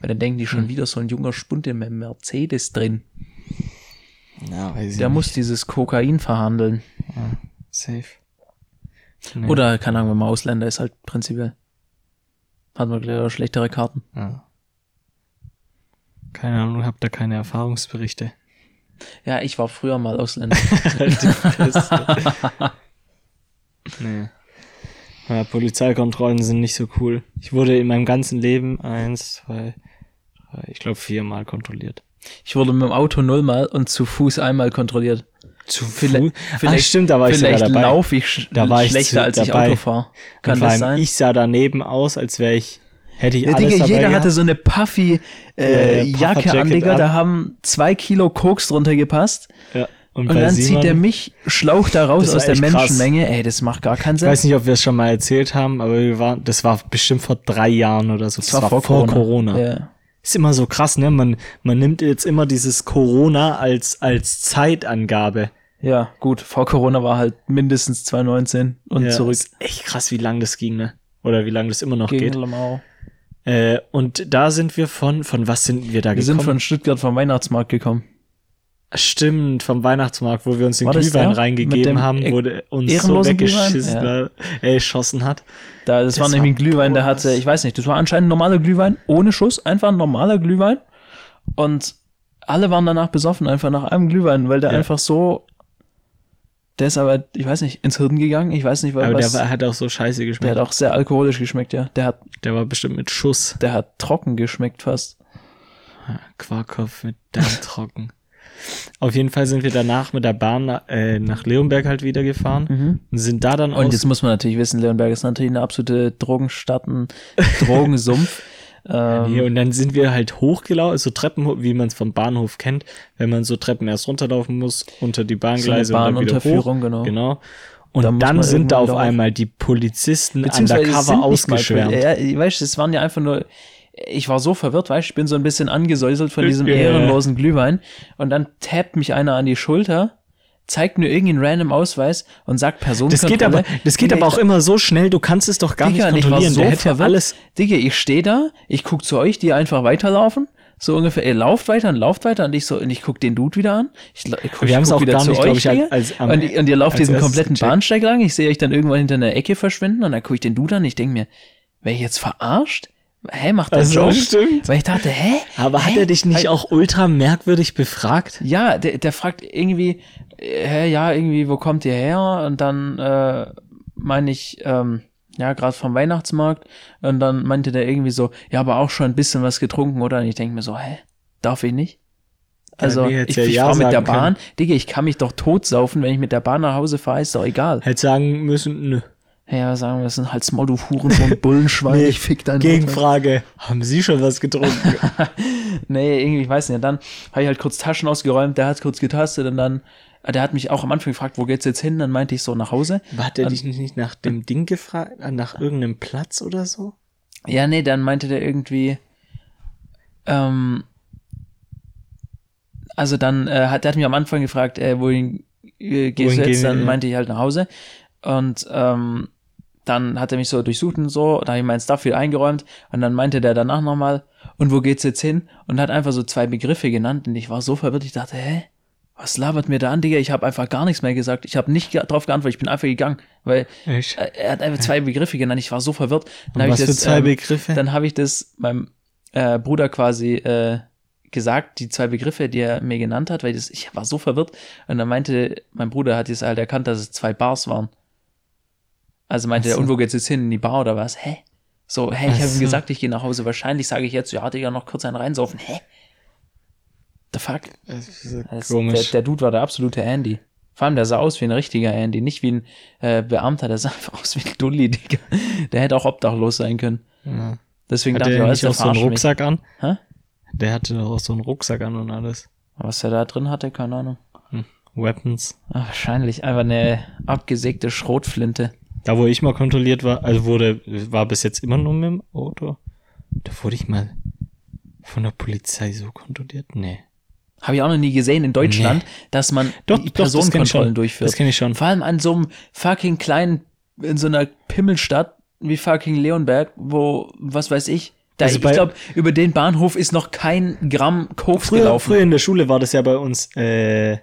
S1: Weil dann denken die
S2: Hm.
S1: schon wieder so ein junger Spund im Mercedes drin.
S2: ja, weiß ich
S1: Der
S2: nicht.
S1: muss dieses Kokain verhandeln.
S2: Safe. Nee.
S1: Oder, keine Ahnung, wenn man Ausländer ist, halt prinzipiell. Hat man leider schlechtere Karten.
S2: Ja. ah. Keine Ahnung, hab da keine Erfahrungsberichte.
S1: Ja, ich war früher mal
S2: [laughs]
S1: Ausländer.
S2: Halt nee. Ja, Polizeikontrollen sind nicht so cool. Ich wurde in meinem ganzen Leben eins, zwei, drei, ich glaube viermal kontrolliert.
S1: ich wurde mit dem Auto nullmal und zu Fuß einmal kontrolliert.
S2: Zu
S1: Vielleicht-
S2: ah,
S1: vielleicht-
S2: stimmt, da war ich sogar
S1: Vielleicht
S2: dabei.
S1: laufe ich sch
S2: Da war ich
S1: schlechter,
S2: zu-
S1: als ich
S2: dabei.
S1: Auto fahre. Kann
S2: Und vor
S1: das
S2: allem,
S1: sein?
S2: ich sah daneben aus, als wäre ich, hätte ich
S1: Ja,
S2: alles
S1: Digga,
S2: dabei
S1: jeder
S2: gehabt.
S1: hatte so eine puffy äh,
S2: Ja, ja,
S1: Jacke an,
S2: Pufferjacket
S1: Digga.
S2: an.
S1: Da haben zwei Kilo Koks drunter gepasst.
S2: ja. Und,
S1: Und
S2: bei
S1: dann
S2: Simon,
S1: zieht der mich Schlauch da raus
S2: Das war
S1: aus der
S2: echt krass.
S1: Menschenmenge. Ey, das macht gar keinen
S2: Ich
S1: Sinn.
S2: weiß nicht, ob wir es schon mal erzählt haben, aber wir waren, das war bestimmt vor drei Jahren oder so. Das, war, vor Corona.
S1: Ja.
S2: Ist immer so krass, ne? Man, man nimmt jetzt immer dieses Corona als, als Zeitangabe.
S1: Ja, gut, vor Corona war halt mindestens 2019 und
S2: ja,
S1: zurück
S2: Ist echt krass, wie lang das ging, ne? Oder wie lang das immer noch
S1: gegen
S2: geht.
S1: Lamau.
S2: Äh, und da sind wir von, von was sind wir da
S1: Wir
S2: gekommen?
S1: sind von Stuttgart vom Weihnachtsmarkt gekommen.
S2: Stimmt, vom Weihnachtsmarkt, wo wir uns den
S1: War das
S2: Glühwein
S1: der? Mit
S2: reingegeben
S1: dem
S2: haben,
S1: e-
S2: wo der uns so
S1: ehrenlosen Glühwein?
S2: weggeschissen
S1: Ja.
S2: äh, äh, geschossen hat.
S1: Da, das,
S2: Das
S1: war nämlich ein
S2: war
S1: Glühwein, der
S2: krass.
S1: hatte, ich weiß nicht, das war anscheinend ein normaler Glühwein, ohne Schuss, einfach ein normaler Glühwein. Und alle waren danach besoffen, einfach nach einem Glühwein, weil der
S2: Ja.
S1: einfach so, der ist aber, ich weiß nicht, ins Hirn gegangen, ich weiß nicht, weil
S2: Aber
S1: was,
S2: der war, hat auch so scheiße
S1: der
S2: geschmeckt.
S1: hat auch sehr alkoholisch geschmeckt, ja. Der hat,
S2: Der war bestimmt mit Schuss.
S1: der hat trocken geschmeckt fast.
S2: Quarkopf mit
S1: [laughs]
S2: Darm trocken. Auf jeden Fall sind wir danach mit der Bahn na- äh, nach Leonberg halt wieder gefahren und sind da dann
S1: Mhm. Und
S2: aus.
S1: jetzt muss man natürlich wissen, Leonberg ist natürlich eine absolute Drogenstadt, ein
S2: [laughs]
S1: Drogensumpf. ähm,
S2: Nee, und dann sind wir halt hochgelaufen, so Treppen, hoch, wie man es vom Bahnhof kennt, wenn man so Treppen erst runterlaufen muss, unter die Bahngleise
S1: So eine
S2: und dann wieder hoch.
S1: Bahnunterführung, genau.
S2: genau. Und
S1: Da muss
S2: dann
S1: man
S2: sind da auf
S1: irgendwann drauf.
S2: einmal die Polizisten
S1: Beziehungsweise es sind
S2: undercover
S1: nicht mal
S2: ausgeschwärmt.
S1: Poli- Ja, ja, weißt du, es waren ja einfach nur, ich war so verwirrt, weißt du, ich bin so ein bisschen angesäuselt von diesem
S2: Ja, ja, ja.
S1: ehrenlosen Glühwein und dann tappt mich einer an die Schulter, zeigt mir irgendeinen random Ausweis und sagt
S2: Das
S1: Personenkontrolle.
S2: geht aber, das geht
S1: Digga,
S2: aber
S1: ich-
S2: auch immer so schnell, du kannst es doch gar
S1: Digga, und ich
S2: nicht
S1: war
S2: kontrollieren.
S1: so
S2: Der hätte ja
S1: verwirrt.
S2: alles.
S1: Digga, ich stehe da, ich guck zu euch, die einfach weiterlaufen. So ungefähr, ihr lauft weiter und lauft weiter und ich so, und ich guck den Dude wieder an. Ich, la- ich guck,
S2: Wir
S1: ich
S2: haben's
S1: guck
S2: auch
S1: wieder
S2: gar
S1: zu
S2: nicht,
S1: euch,
S2: glaub ich,
S1: Digga.
S2: als- am-
S1: und, ich- und ihr lauft
S2: als
S1: diesen
S2: erstes
S1: kompletten
S2: gecheckt.
S1: Bahnsteig lang. Ich sehe euch dann irgendwann hinter einer Ecke verschwinden und dann guck ich den Dude an. Ich denk mir, wer ich jetzt verarscht? Hä, macht der
S2: Also,
S1: Joke?
S2: stimmt.
S1: Weil ich dachte, hä?
S2: Aber hat
S1: Hä? Halt-
S2: er dich nicht auch ultra merkwürdig befragt?
S1: Ja, der, der fragt irgendwie, äh, hä, ja, irgendwie, wo kommt ihr her? Und dann äh, meine ich, ähm, ja, gerade vom Weihnachtsmarkt. Und dann meinte der irgendwie so, ja, aber auch schon ein bisschen was getrunken, oder? Und ich denke mir so, hä, darf ich nicht? Also,
S2: nee, hätt's
S1: ich,
S2: ja
S1: ich
S2: ja
S1: fahr mit der
S2: sagen
S1: Bahn. Digga, ich kann mich doch totsaufen, wenn ich mit der Bahn nach Hause fahre, ist doch egal.
S2: Hätte sagen müssen, nö.
S1: Ja, sagen wir, das sind halt Small, du Hurensohn, Bullenschwein,
S2: Nee,
S1: ich fick deinen
S2: Gegenfrage. Haben Sie schon was getrunken?
S1: [laughs] Nee, irgendwie, ich weiß nicht. Und dann habe ich halt kurz Taschen ausgeräumt, der hat kurz getastet und dann, äh, der hat mich auch am Anfang gefragt, wo geht's jetzt hin? Dann meinte ich so, nach Hause.
S2: hat er dich nicht nach dem Ding gefragt? Nach irgendeinem Platz oder so?
S1: Ja, nee, dann meinte der irgendwie, ähm, also dann äh, hat, der hat mich am Anfang gefragt, äh, wohin äh, gehst
S2: Wohin
S1: du jetzt?
S2: gehen
S1: Dann
S2: wir?
S1: meinte ich halt nach Hause. Und ähm, dann hat er mich so durchsucht und so, da habe ich mein Stuff wieder eingeräumt und dann meinte der danach nochmal, und wo geht's jetzt hin? Und hat einfach so zwei Begriffe genannt und ich war so verwirrt, ich dachte, hä? Was labert mir da an, Digga? Ich habe einfach gar nichts mehr gesagt. Ich habe nicht ge darauf geantwortet, ich bin einfach gegangen, weil
S2: Echt?
S1: äh, er hat einfach zwei Begriffe genannt. Ich war so verwirrt. Dann hab
S2: was
S1: ich
S2: für
S1: das,
S2: zwei
S1: ähm,
S2: Begriffe?
S1: dann habe ich das meinem äh, Bruder quasi äh, gesagt, die zwei Begriffe, die er mir genannt hat, weil das, ich war so verwirrt. Und dann meinte, mein Bruder hat jetzt halt erkannt, dass es zwei Bars waren. Also meinte
S2: Ach
S1: er,
S2: so.
S1: und wo geht's jetzt hin? In die Bar oder was? Hä? So, hä,
S2: Ach
S1: ich habe ihm
S2: so.
S1: gesagt, ich gehe nach Hause. Wahrscheinlich sage ich jetzt, ja, Digga, noch kurz einen reinsaufen. Hä? The fuck?
S2: Das ist so
S1: Das, der, Also, der Dude war der absolute Andy. Vor allem, der sah aus wie ein richtiger Andy, nicht wie ein äh, Beamter, der sah [laughs] einfach aus wie ein Dulli, Digga. Der hätte auch obdachlos sein können.
S2: ja.
S1: Deswegen
S2: Hat
S1: dachte ich,
S2: er
S1: oh,
S2: nicht
S1: ist der
S2: auch so einen
S1: verarscht mich.
S2: Rucksack an?
S1: Hä?
S2: Der hatte doch auch so einen Rucksack an und alles.
S1: Was er da drin hatte, keine Ahnung.
S2: Hm. Weapons.
S1: Ah, wahrscheinlich einfach eine abgesägte Schrotflinte.
S2: Da, wo ich mal kontrolliert war, also wurde, war bis jetzt immer nur mit dem Auto. Da wurde ich mal von der Polizei so kontrolliert. Nee.
S1: Habe ich auch noch nie gesehen in Deutschland, dass man
S2: Doch,
S1: die
S2: doch, das kenn ich
S1: Personenkontrollen
S2: schon.
S1: durchführt.
S2: Das kenn ich schon.
S1: Vor allem an so einem fucking kleinen, in so einer Pimmelstadt wie fucking Leonberg, wo, was weiß ich, da,
S2: Also
S1: ich
S2: bei-
S1: glaube, über den Bahnhof ist noch kein Gramm Koks
S2: Früher,
S1: gelaufen.
S2: früher in der Schule war das ja bei uns äh,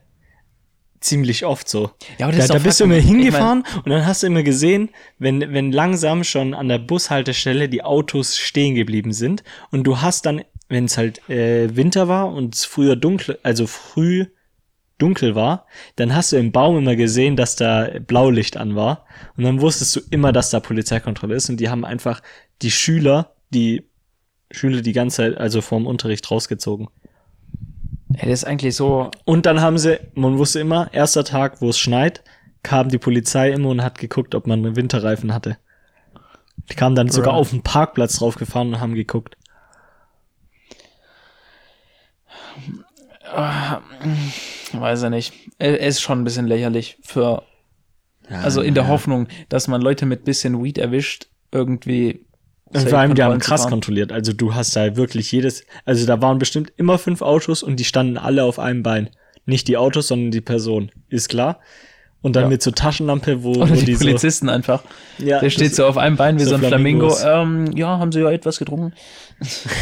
S2: ziemlich oft so.
S1: Ja, aber das
S2: da
S1: ist
S2: da
S1: doch
S2: bist du immer
S1: fucking- ich mein-
S2: hingefahren und dann hast du immer gesehen, wenn, wenn langsam schon an der Bushaltestelle die Autos stehen geblieben sind und du hast dann, wenn es halt äh, Winter war und es früher dunkel, also früh dunkel war, dann hast du im Baum immer gesehen, dass da Blaulicht an war und dann wusstest du immer, dass da Polizeikontrolle ist und die haben einfach die Schüler, die Schüler die ganze Zeit, also vorm Unterricht rausgezogen.
S1: Ey, das ist eigentlich so,
S2: Und dann haben sie, man wusste immer, erster Tag, wo es schneit, kam die Polizei immer und hat geguckt, ob man Winterreifen hatte. Die kamen dann sogar
S1: Bruh.
S2: auf den Parkplatz draufgefahren und haben geguckt.
S1: weiß ich nicht. Er er ist schon ein bisschen lächerlich für, also in der Hoffnung, dass man Leute mit bisschen Weed erwischt, irgendwie
S2: Und Äh, vor allem, die haben krass kontrolliert. Also du hast da wirklich jedes, also da waren bestimmt immer fünf Autos und die standen alle auf einem Bein. Nicht die Autos, sondern die Person. Ist klar. Und dann
S1: Ja.
S2: mit so Taschenlampe, wo,
S1: Oder
S2: wo
S1: die
S2: die so-
S1: Polizisten einfach.
S2: Ja,
S1: der steht
S2: das-
S1: so auf einem Bein wie
S2: so
S1: so ein Flamingo.
S2: Flamingos.
S1: Ähm, ja, haben sie ja etwas getrunken.
S2: [laughs]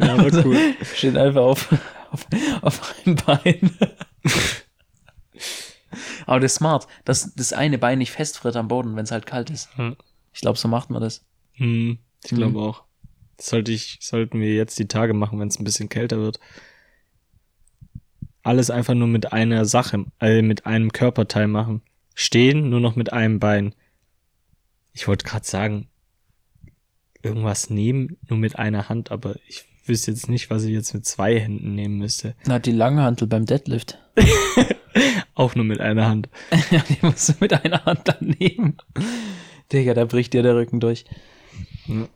S1: Also,
S2: Ja, war cool.
S1: [laughs] Steht einfach auf, auf, auf einem
S2: [laughs]
S1: Bein. Aber das ist smart, dass das eine Bein nicht festfriert am Boden, wenn es halt kalt ist.
S2: Hm.
S1: Ich glaube, so macht man das.
S2: Hm, ich
S1: Hm.
S2: glaube auch. Das sollte ich, sollten wir jetzt die Tage machen, wenn es ein bisschen kälter wird. Alles einfach nur mit einer Sache, äh, mit einem Körperteil machen. Stehen nur noch mit einem Bein. Ich wollte gerade sagen, irgendwas nehmen, nur mit einer Hand, aber ich wüsste jetzt nicht, was ich jetzt mit zwei Händen nehmen müsste.
S1: Na, die Langhantel beim Deadlift.
S2: Auch nur mit einer Hand.
S1: [laughs] Ja, die musst du mit einer Hand daneben. Digga, da bricht dir der Rücken durch.
S2: Ja.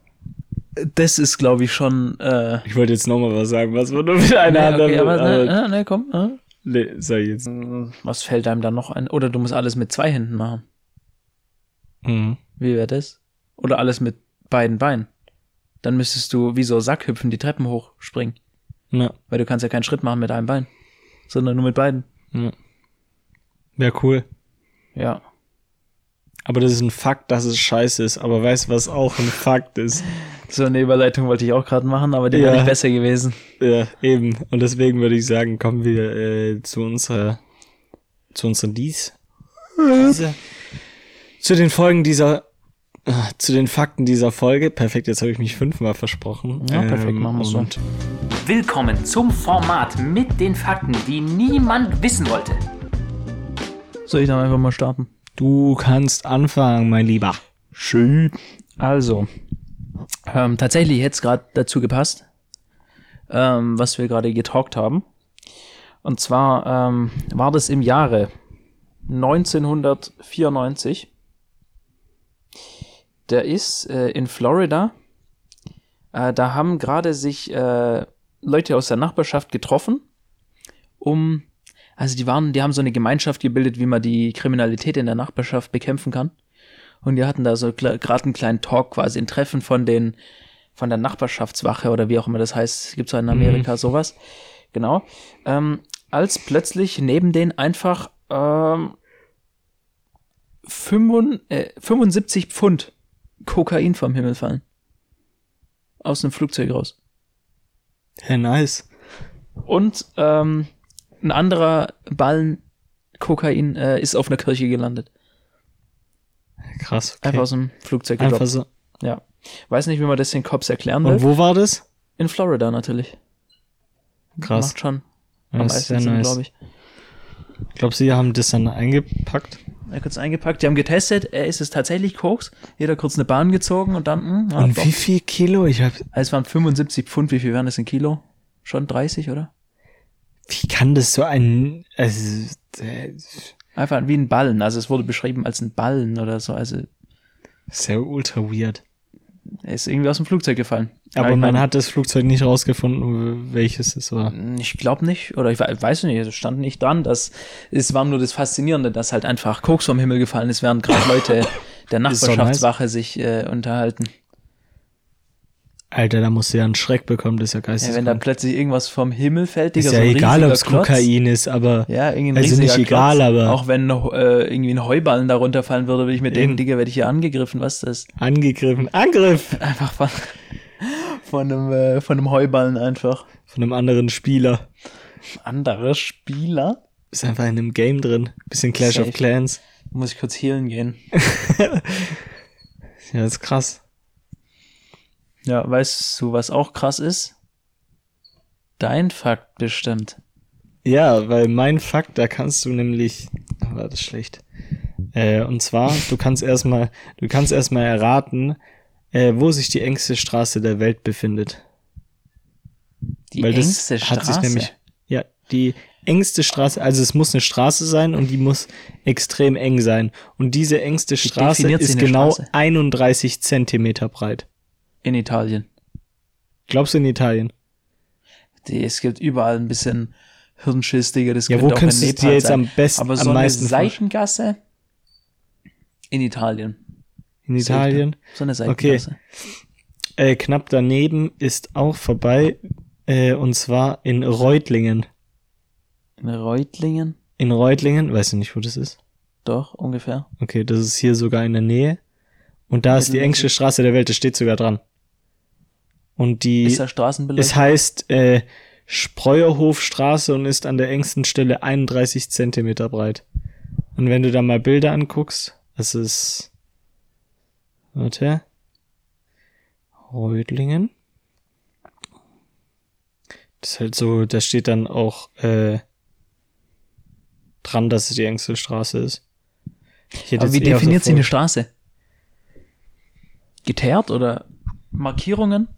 S1: Das ist, glaube ich, schon. Äh,
S2: Ich wollte jetzt nochmal was sagen, was man nur mit einer Hand
S1: nee, okay,
S2: damit-
S1: aber,
S2: aber,
S1: ne, ne, komm. Ne?
S2: nee, sag ich jetzt.
S1: Was fällt einem dann noch ein? Oder du musst alles mit zwei Händen machen.
S2: Mhm.
S1: Wie wäre das? Oder alles mit beiden Beinen. Dann müsstest du wie so Sack hüpfen, die Treppen hochspringen.
S2: Ja.
S1: Weil du kannst ja keinen Schritt machen mit einem Bein. Sondern nur mit beiden.
S2: Ja. Wäre cool.
S1: Ja.
S2: Aber das ist ein Fakt, dass es scheiße ist. Aber weißt du, was auch ein Fakt ist?
S1: So eine Überleitung wollte ich auch gerade machen, aber die wäre
S2: Ja.
S1: nicht besser gewesen.
S2: Ja, eben. Und deswegen würde ich sagen, kommen wir äh, zu unserer, zu unseren Dies. Diese- Zu den Folgen dieser, ah, zu den Fakten dieser Folge. Perfekt, jetzt habe ich mich fünfmal versprochen.
S1: Ja,
S2: Ähm,
S1: perfekt, machen wir's so.
S2: und
S3: Ähm, Willkommen zum Format mit den Fakten, die niemand wissen wollte.
S1: Soll ich dann einfach mal starten?
S2: Du kannst anfangen, mein Lieber.
S1: Schön. Also, ähm, tatsächlich hätte es gerade dazu gepasst, ähm, was wir gerade getalkt haben. Und zwar ähm, war das im Jahre 1994. Der ist äh, in Florida. Äh, da haben gerade sich äh, Leute aus der Nachbarschaft getroffen, um, also die waren, die haben so eine Gemeinschaft gebildet, wie man die Kriminalität in der Nachbarschaft bekämpfen kann. Und die hatten da so gerade einen kleinen Talk, quasi ein Treffen von den, von der Nachbarschaftswache oder wie auch immer das heißt. Gibt's ja in Amerika sowas. Genau. Ähm, als plötzlich neben denen einfach ähm, 55, äh, 75 Pfund Kokain vom Himmel fallen. Aus einem Flugzeug raus.
S2: Hey, nice.
S1: Und ähm, ein anderer Ballen Kokain äh, ist auf einer Kirche gelandet.
S2: Krass. Okay.
S1: Einfach aus dem Flugzeug
S2: Einfach
S1: gedroppt.
S2: so.
S1: Ja. Weiß nicht, wie man das den Cops erklären will.
S2: Und wo war das?
S1: In Florida natürlich.
S2: Krass.
S1: Macht schon.
S2: Ja,
S1: Am
S2: ist sehr
S1: meisten Sinn,
S2: nice.
S1: glaube ich.
S2: Glaubst du, die haben das dann eingepackt?
S1: Er kurz eingepackt. Die haben getestet. Er ist es tatsächlich Koks. Jeder kurz eine Bahn gezogen und dann. Mh, ja,
S2: Und
S1: Ah, doch.
S2: wie viel Kilo? Ich hab,
S1: Also es waren 75 Pfund. Wie viel wären das in Kilo? Schon 30, oder?
S2: wie kann das so ein, also, äh,
S1: Einfach wie ein Ballen. Also es wurde beschrieben als ein Ballen oder so. Also
S2: ist ja ultra weird.
S1: er ist irgendwie aus dem Flugzeug gefallen.
S2: Aber
S1: ich
S2: man
S1: mein,
S2: hat das Flugzeug nicht rausgefunden, welches es war.
S1: Ich glaube nicht, oder ich we- weiß nicht, es stand nicht dran. Das, es war nur das Faszinierende, dass halt einfach Koks vom Himmel gefallen ist, während gerade
S2: [laughs]
S1: Leute der
S2: Ist doch nice.
S1: Nachbarschaftswache sich äh, unterhalten.
S2: Alter, da musst du ja einen Schreck bekommen, das ist ja
S1: Ja,
S2: geisteskrank.
S1: wenn da plötzlich irgendwas vom Himmel fällt, Digga,
S2: ist ja
S1: so ein
S2: egal,
S1: riesiger
S2: ob es
S1: Klotz.
S2: Kokain ist, aber
S1: Ja, irgendwie ein
S2: Also
S1: riesiger
S2: nicht egal,
S1: Klotz.
S2: aber-
S1: Auch wenn noch, äh, irgendwie ein Heuballen da runterfallen würde, würde ich mir denken,
S2: Eben.
S1: Digga, werde ich hier angegriffen, was ist
S2: angegriffen. Angriff!
S1: das? [laughs] Einfach von, von, einem, äh, von einem Heuballen einfach.
S2: Von einem anderen Spieler.
S1: Andere Spieler?
S2: Ist einfach in einem Game drin. Bisschen Clash
S1: Safe.
S2: of Clans.
S1: Muss ich kurz healen gehen.
S2: Ja, ist krass.
S1: Ja, weißt du, was auch krass ist? Dein Fakt bestimmt.
S2: Ja, weil mein Fakt, da kannst du nämlich, ah, war das schlecht. Äh, und zwar, du kannst erstmal, du kannst erstmal erraten, äh, wo sich die engste Straße der Welt befindet.
S1: Die
S2: weil
S1: engste
S2: das
S1: Straße.
S2: hat sich nämlich, ja, die engste Straße, also es muss eine Straße sein und die muss extrem eng sein. Und diese engste Straße
S1: definiert sich
S2: ist
S1: eine
S2: genau
S1: Straße?
S2: 31 Zentimeter breit.
S1: in Italien.
S2: Glaubst du in Italien?
S1: Die, es gibt überall ein bisschen Hirnschiss, Digga. Das
S2: Ja,
S1: könnte
S2: wo
S1: auch
S2: könntest
S1: in
S2: du es
S1: Nepal
S2: dir jetzt
S1: sein.
S2: am besten-
S1: Aber so
S2: am meisten
S1: eine Seitengasse in Italien.
S2: in Italien.
S1: So eine Seitenkasse.
S2: Äh, knapp daneben ist auch vorbei, äh, und zwar in Reutlingen.
S1: In Reutlingen?
S2: In Reutlingen, weiß ich nicht, wo das ist.
S1: Doch, ungefähr.
S2: Okay, das ist hier sogar in der Nähe. Und da ist die engste Straße der Welt, das steht sogar dran. Und die
S1: Ist da Straßenbeleuchtung?
S2: es heißt äh, Spreuerhofstraße und ist an der engsten Stelle 31 Zentimeter breit. Und wenn du da mal Bilder anguckst, es ist. Warte. Reutlingen. Das ist halt so, da steht dann auch äh, dran, dass es die engste Straße ist. Ich hätte
S1: Aber wie
S2: jetzt eher auf der
S1: definiert sie eine
S2: Vor-
S1: Straße? Geteert oder Markierungen?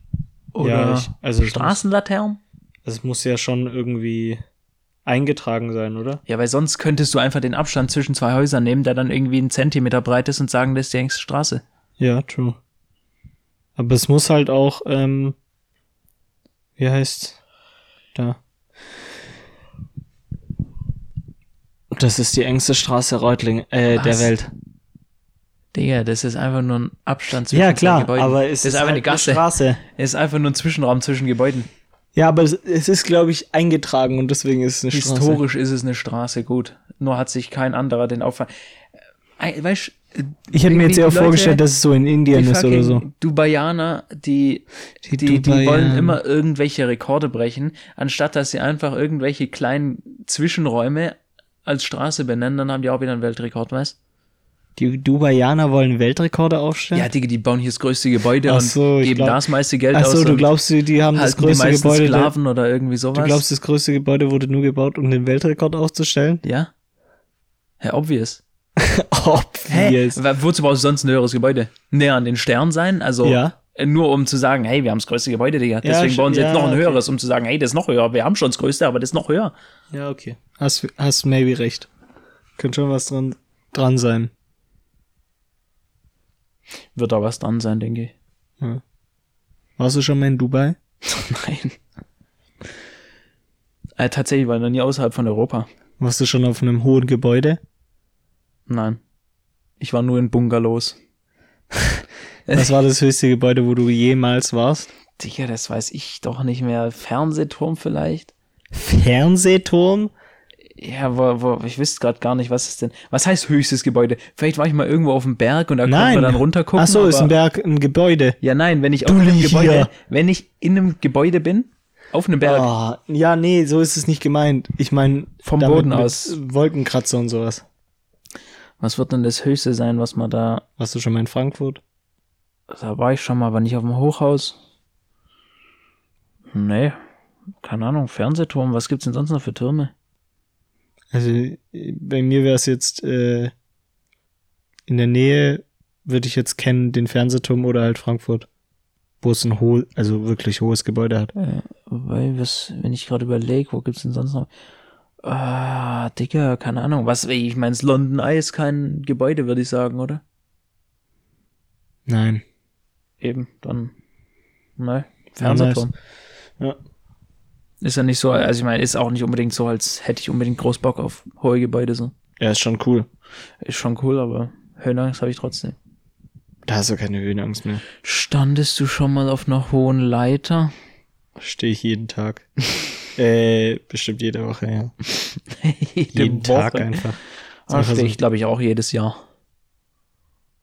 S1: Oder
S2: Ja, ich- also es muss-
S1: Straßenlaternen?
S2: Das muss ja schon irgendwie eingetragen sein, oder?
S1: Ja, weil sonst könntest du einfach den Abstand zwischen zwei Häusern nehmen, der dann irgendwie einen Zentimeter breit ist und sagen, das ist die engste Straße.
S2: Ja, true. Aber es muss halt auch, ähm, wie heißt da? Das ist die engste Straße Reutling, äh, der
S1: Was?
S2: Welt.
S1: Digga, das ist einfach nur ein Abstand zwischen
S2: Ja,
S1: zwei
S2: klar,
S1: Gebäuden.
S2: aber es
S1: das ist einfach
S2: halt
S1: eine Gasse.
S2: Straße.
S1: Es ist einfach nur ein Zwischenraum zwischen Gebäuden.
S2: Ja, aber es, es ist, glaube ich, eingetragen und deswegen ist es eine Straße.
S1: Historisch ist es eine Straße, gut. Nur hat sich kein anderer den Aufwand. Äh, Weißt du,
S2: Ich hätte
S1: irgendwie
S2: mir jetzt eher
S1: die Leute-
S2: vorgestellt, dass es so in Indien
S1: die
S2: ist oder
S1: fucking
S2: so.
S1: Dubaianer, die, die,
S2: Die
S1: die,
S2: Dubaianer.
S1: wollen immer irgendwelche Rekorde brechen, anstatt dass sie einfach irgendwelche kleinen Zwischenräume als Straße benennen, dann haben die auch wieder einen Weltrekord, weißt
S2: Die Dubaianer wollen Weltrekorde aufstellen?
S1: Ja, Digga, die bauen hier das größte Gebäude
S2: Ach
S1: und
S2: so, ich
S1: geben
S2: glaub-
S1: das meiste Geld
S2: Ach
S1: aus.
S2: so, du
S1: und
S2: glaubst, die- die haben das
S1: halten die
S2: größte
S1: meisten
S2: Gebäude der-
S1: Sklaven oder irgendwie sowas?
S2: Du glaubst, das größte Gebäude wurde nur gebaut, um den Weltrekord aufzustellen?
S1: ja? Hä, obvious. Hä?
S2: Obvious.
S1: Wa- Wozu brauchst du sonst ein höheres Gebäude? Näher an den Stern sein? Also
S2: Ja.
S1: äh, nur um zu sagen, hey, wir haben das größte Gebäude, Digga. Deswegen
S2: sch-
S1: bauen sie
S2: ja,
S1: jetzt noch ein
S2: okay.
S1: höheres, um zu sagen, hey, das ist noch höher. Wir haben schon das größte, aber das ist noch höher.
S2: Ja, okay. Hast, hast maybe recht. Könnte schon was dran, dran sein.
S1: Wird da was dran sein, denke
S2: [laughs]
S1: ich.
S2: Warst du schon mal in Dubai?
S1: Nein. Äh, tatsächlich, weil noch nie außerhalb von Europa.
S2: Warst du schon auf einem hohen Gebäude?
S1: Nein. Ich war nur in Bungalows.
S2: Was war das höchste Gebäude, wo du jemals warst?
S1: Digga, das weiß ich doch nicht mehr. Fernsehturm vielleicht?
S2: Fernsehturm?
S1: Ja, wo, wo, ich wüsste gerade gar nicht, was ist denn. Was heißt höchstes Gebäude? Vielleicht war ich mal irgendwo auf dem Berg und da konnten
S2: Nein.
S1: wir dann runtergucken.
S2: Ach so, ist
S1: aber-
S2: ein Berg, ein Gebäude.
S1: Ja, nein, wenn ich auf
S2: Du
S1: einem
S2: lieg
S1: Gebäude,
S2: hier.
S1: wenn ich in einem Gebäude bin, auf einem Berg,
S2: Ah, ja, nee, so ist es nicht gemeint. Ich meine,
S1: Vom
S2: damit
S1: Boden
S2: mit
S1: aus.
S2: Wolkenkratzer und sowas.
S1: was wird denn das höchste sein, was man da
S2: Warst du schon mal in Frankfurt?
S1: Da war ich schon mal, aber nicht auf dem Hochhaus. Nee, keine Ahnung, Fernsehturm, was gibt's denn sonst noch für Türme?
S2: Also äh, bei mir wäre es jetzt äh, in der Nähe, würde ich jetzt kennen, den Fernsehturm oder halt Frankfurt, wo es ein hohes, also wirklich hohes Gebäude hat.
S1: Weil, was, wenn ich gerade überlege, wo gibt's denn sonst noch? Ah, Digga, keine Ahnung. Was, ich meine, das London Eye ist kein Gebäude, würde ich sagen, oder?
S2: Nein.
S1: Eben, dann. Ne, Fernsehturm.
S2: Ja.
S1: Ist ja nicht so, also ich meine, ist auch nicht unbedingt so, als hätte ich unbedingt groß Bock auf hohe Gebäude, so.
S2: Ja, ist schon cool.
S1: Ist schon cool, aber Höhenangst habe ich trotzdem.
S2: Da hast du keine Höhenangst mehr.
S1: Standest du schon mal auf einer hohen Leiter? [laughs]
S2: Stehe ich jeden Tag. [laughs] äh, bestimmt jede Woche, ja.
S1: Jede
S2: Jeden
S1: Woche.
S2: Tag [laughs] Also einfach.
S1: Ah,
S2: Einfach
S1: stehe
S2: so.
S1: ich, glaube ich, auch jedes Jahr.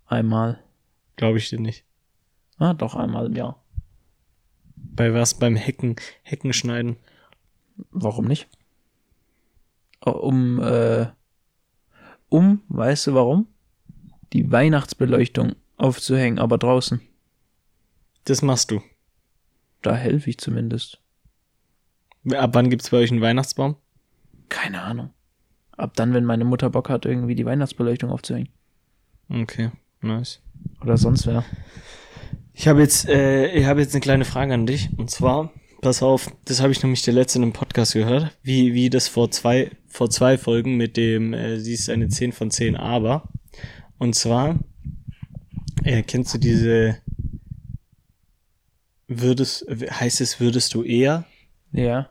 S1: Einmal.
S2: Glaube ich dir nicht.
S1: Ah, doch, einmal im Jahr.
S2: Bei was? Beim Hecken, Hecken schneiden.
S1: Warum nicht? Oh, Um, äh, um, weißt du warum? Die Weihnachtsbeleuchtung aufzuhängen, aber draußen.
S2: Das machst du.
S1: Da helfe ich zumindest.
S2: Ab wann gibt's bei euch einen Weihnachtsbaum?
S1: Keine Ahnung. Ab dann, wenn meine Mutter Bock hat, irgendwie die Weihnachtsbeleuchtung aufzuhängen.
S2: Okay, nice.
S1: Oder sonst wer.
S2: Ich habe jetzt, äh, ich habe jetzt eine kleine Frage an dich. Und zwar, pass auf, das habe ich nämlich der letzte in einem Podcast gehört, wie, wie das vor zwei, vor zwei Folgen mit dem, äh, sie ist eine 10 von 10, aber. Und zwar, äh, kennst du diese, würdest, heißt es, würdest du eher?
S1: Ja.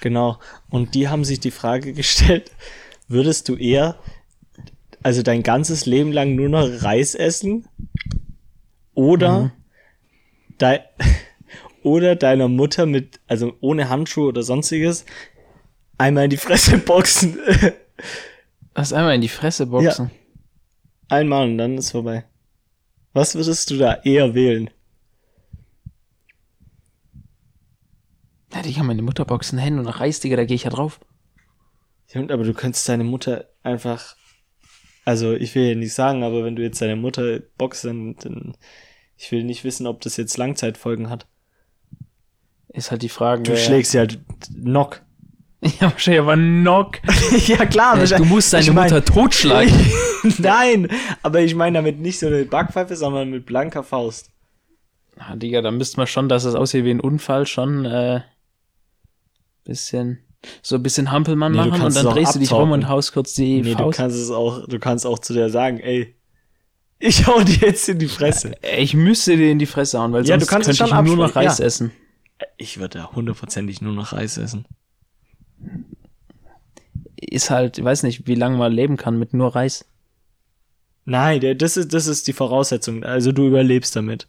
S2: Genau. Und die haben sich die Frage gestellt, würdest du eher, also dein ganzes Leben lang nur noch Reis essen? Oder, dei- [laughs] oder deiner Mutter mit, also ohne Handschuhe oder sonstiges, einmal in die Fresse boxen. [laughs]
S1: Lass einmal in die Fresse boxen.
S2: Einmal und dann ist vorbei. Was würdest du da eher wählen?
S1: Ja, die kann meine Mutter boxen, Hände und Reis, Digga, da gehe ich ja drauf.
S2: Ja, und aber du könntest deine Mutter einfach. Also, ich will ja nicht sagen, aber wenn du jetzt deine Mutter boxst, dann. dann ich will nicht wissen, ob das jetzt Langzeitfolgen hat.
S1: Ist halt die Frage.
S2: Du schlägst ja halt knock.
S1: [laughs] Ja, wahrscheinlich, aber knock.
S2: [laughs] ja, klar.
S1: Du musst deine Mutter totschlagen.
S2: [laughs] Nein, aber ich meine damit nicht so eine Backpfeife, sondern mit blanker Faust.
S1: Na, Digga, da müsste man schon, dass es aussieht wie ein Unfall, schon äh, bisschen, so ein bisschen Hampelmann
S2: Nee, du
S1: machen und
S2: kannst
S1: dann
S2: es auch
S1: drehst du dich rum
S2: abtauchen.
S1: und haust kurz die
S2: Nee, du
S1: Faust.
S2: kannst es auch, du kannst auch zu der sagen, ey, ich hau dir jetzt in die Fresse.
S1: Äh, Ich müsste dir in die Fresse hauen, weil
S2: Ja,
S1: sonst
S2: du kannst es
S1: könnte ich
S2: schon
S1: nur noch
S2: abschwächen,
S1: Reis
S2: ja.
S1: essen.
S2: Ich würde da hundertprozentig nur noch Reis essen.
S1: Ist halt, ich weiß nicht, wie lange man leben kann mit nur Reis.
S2: Nein, der- das ist, das ist die Voraussetzung. Also du überlebst damit.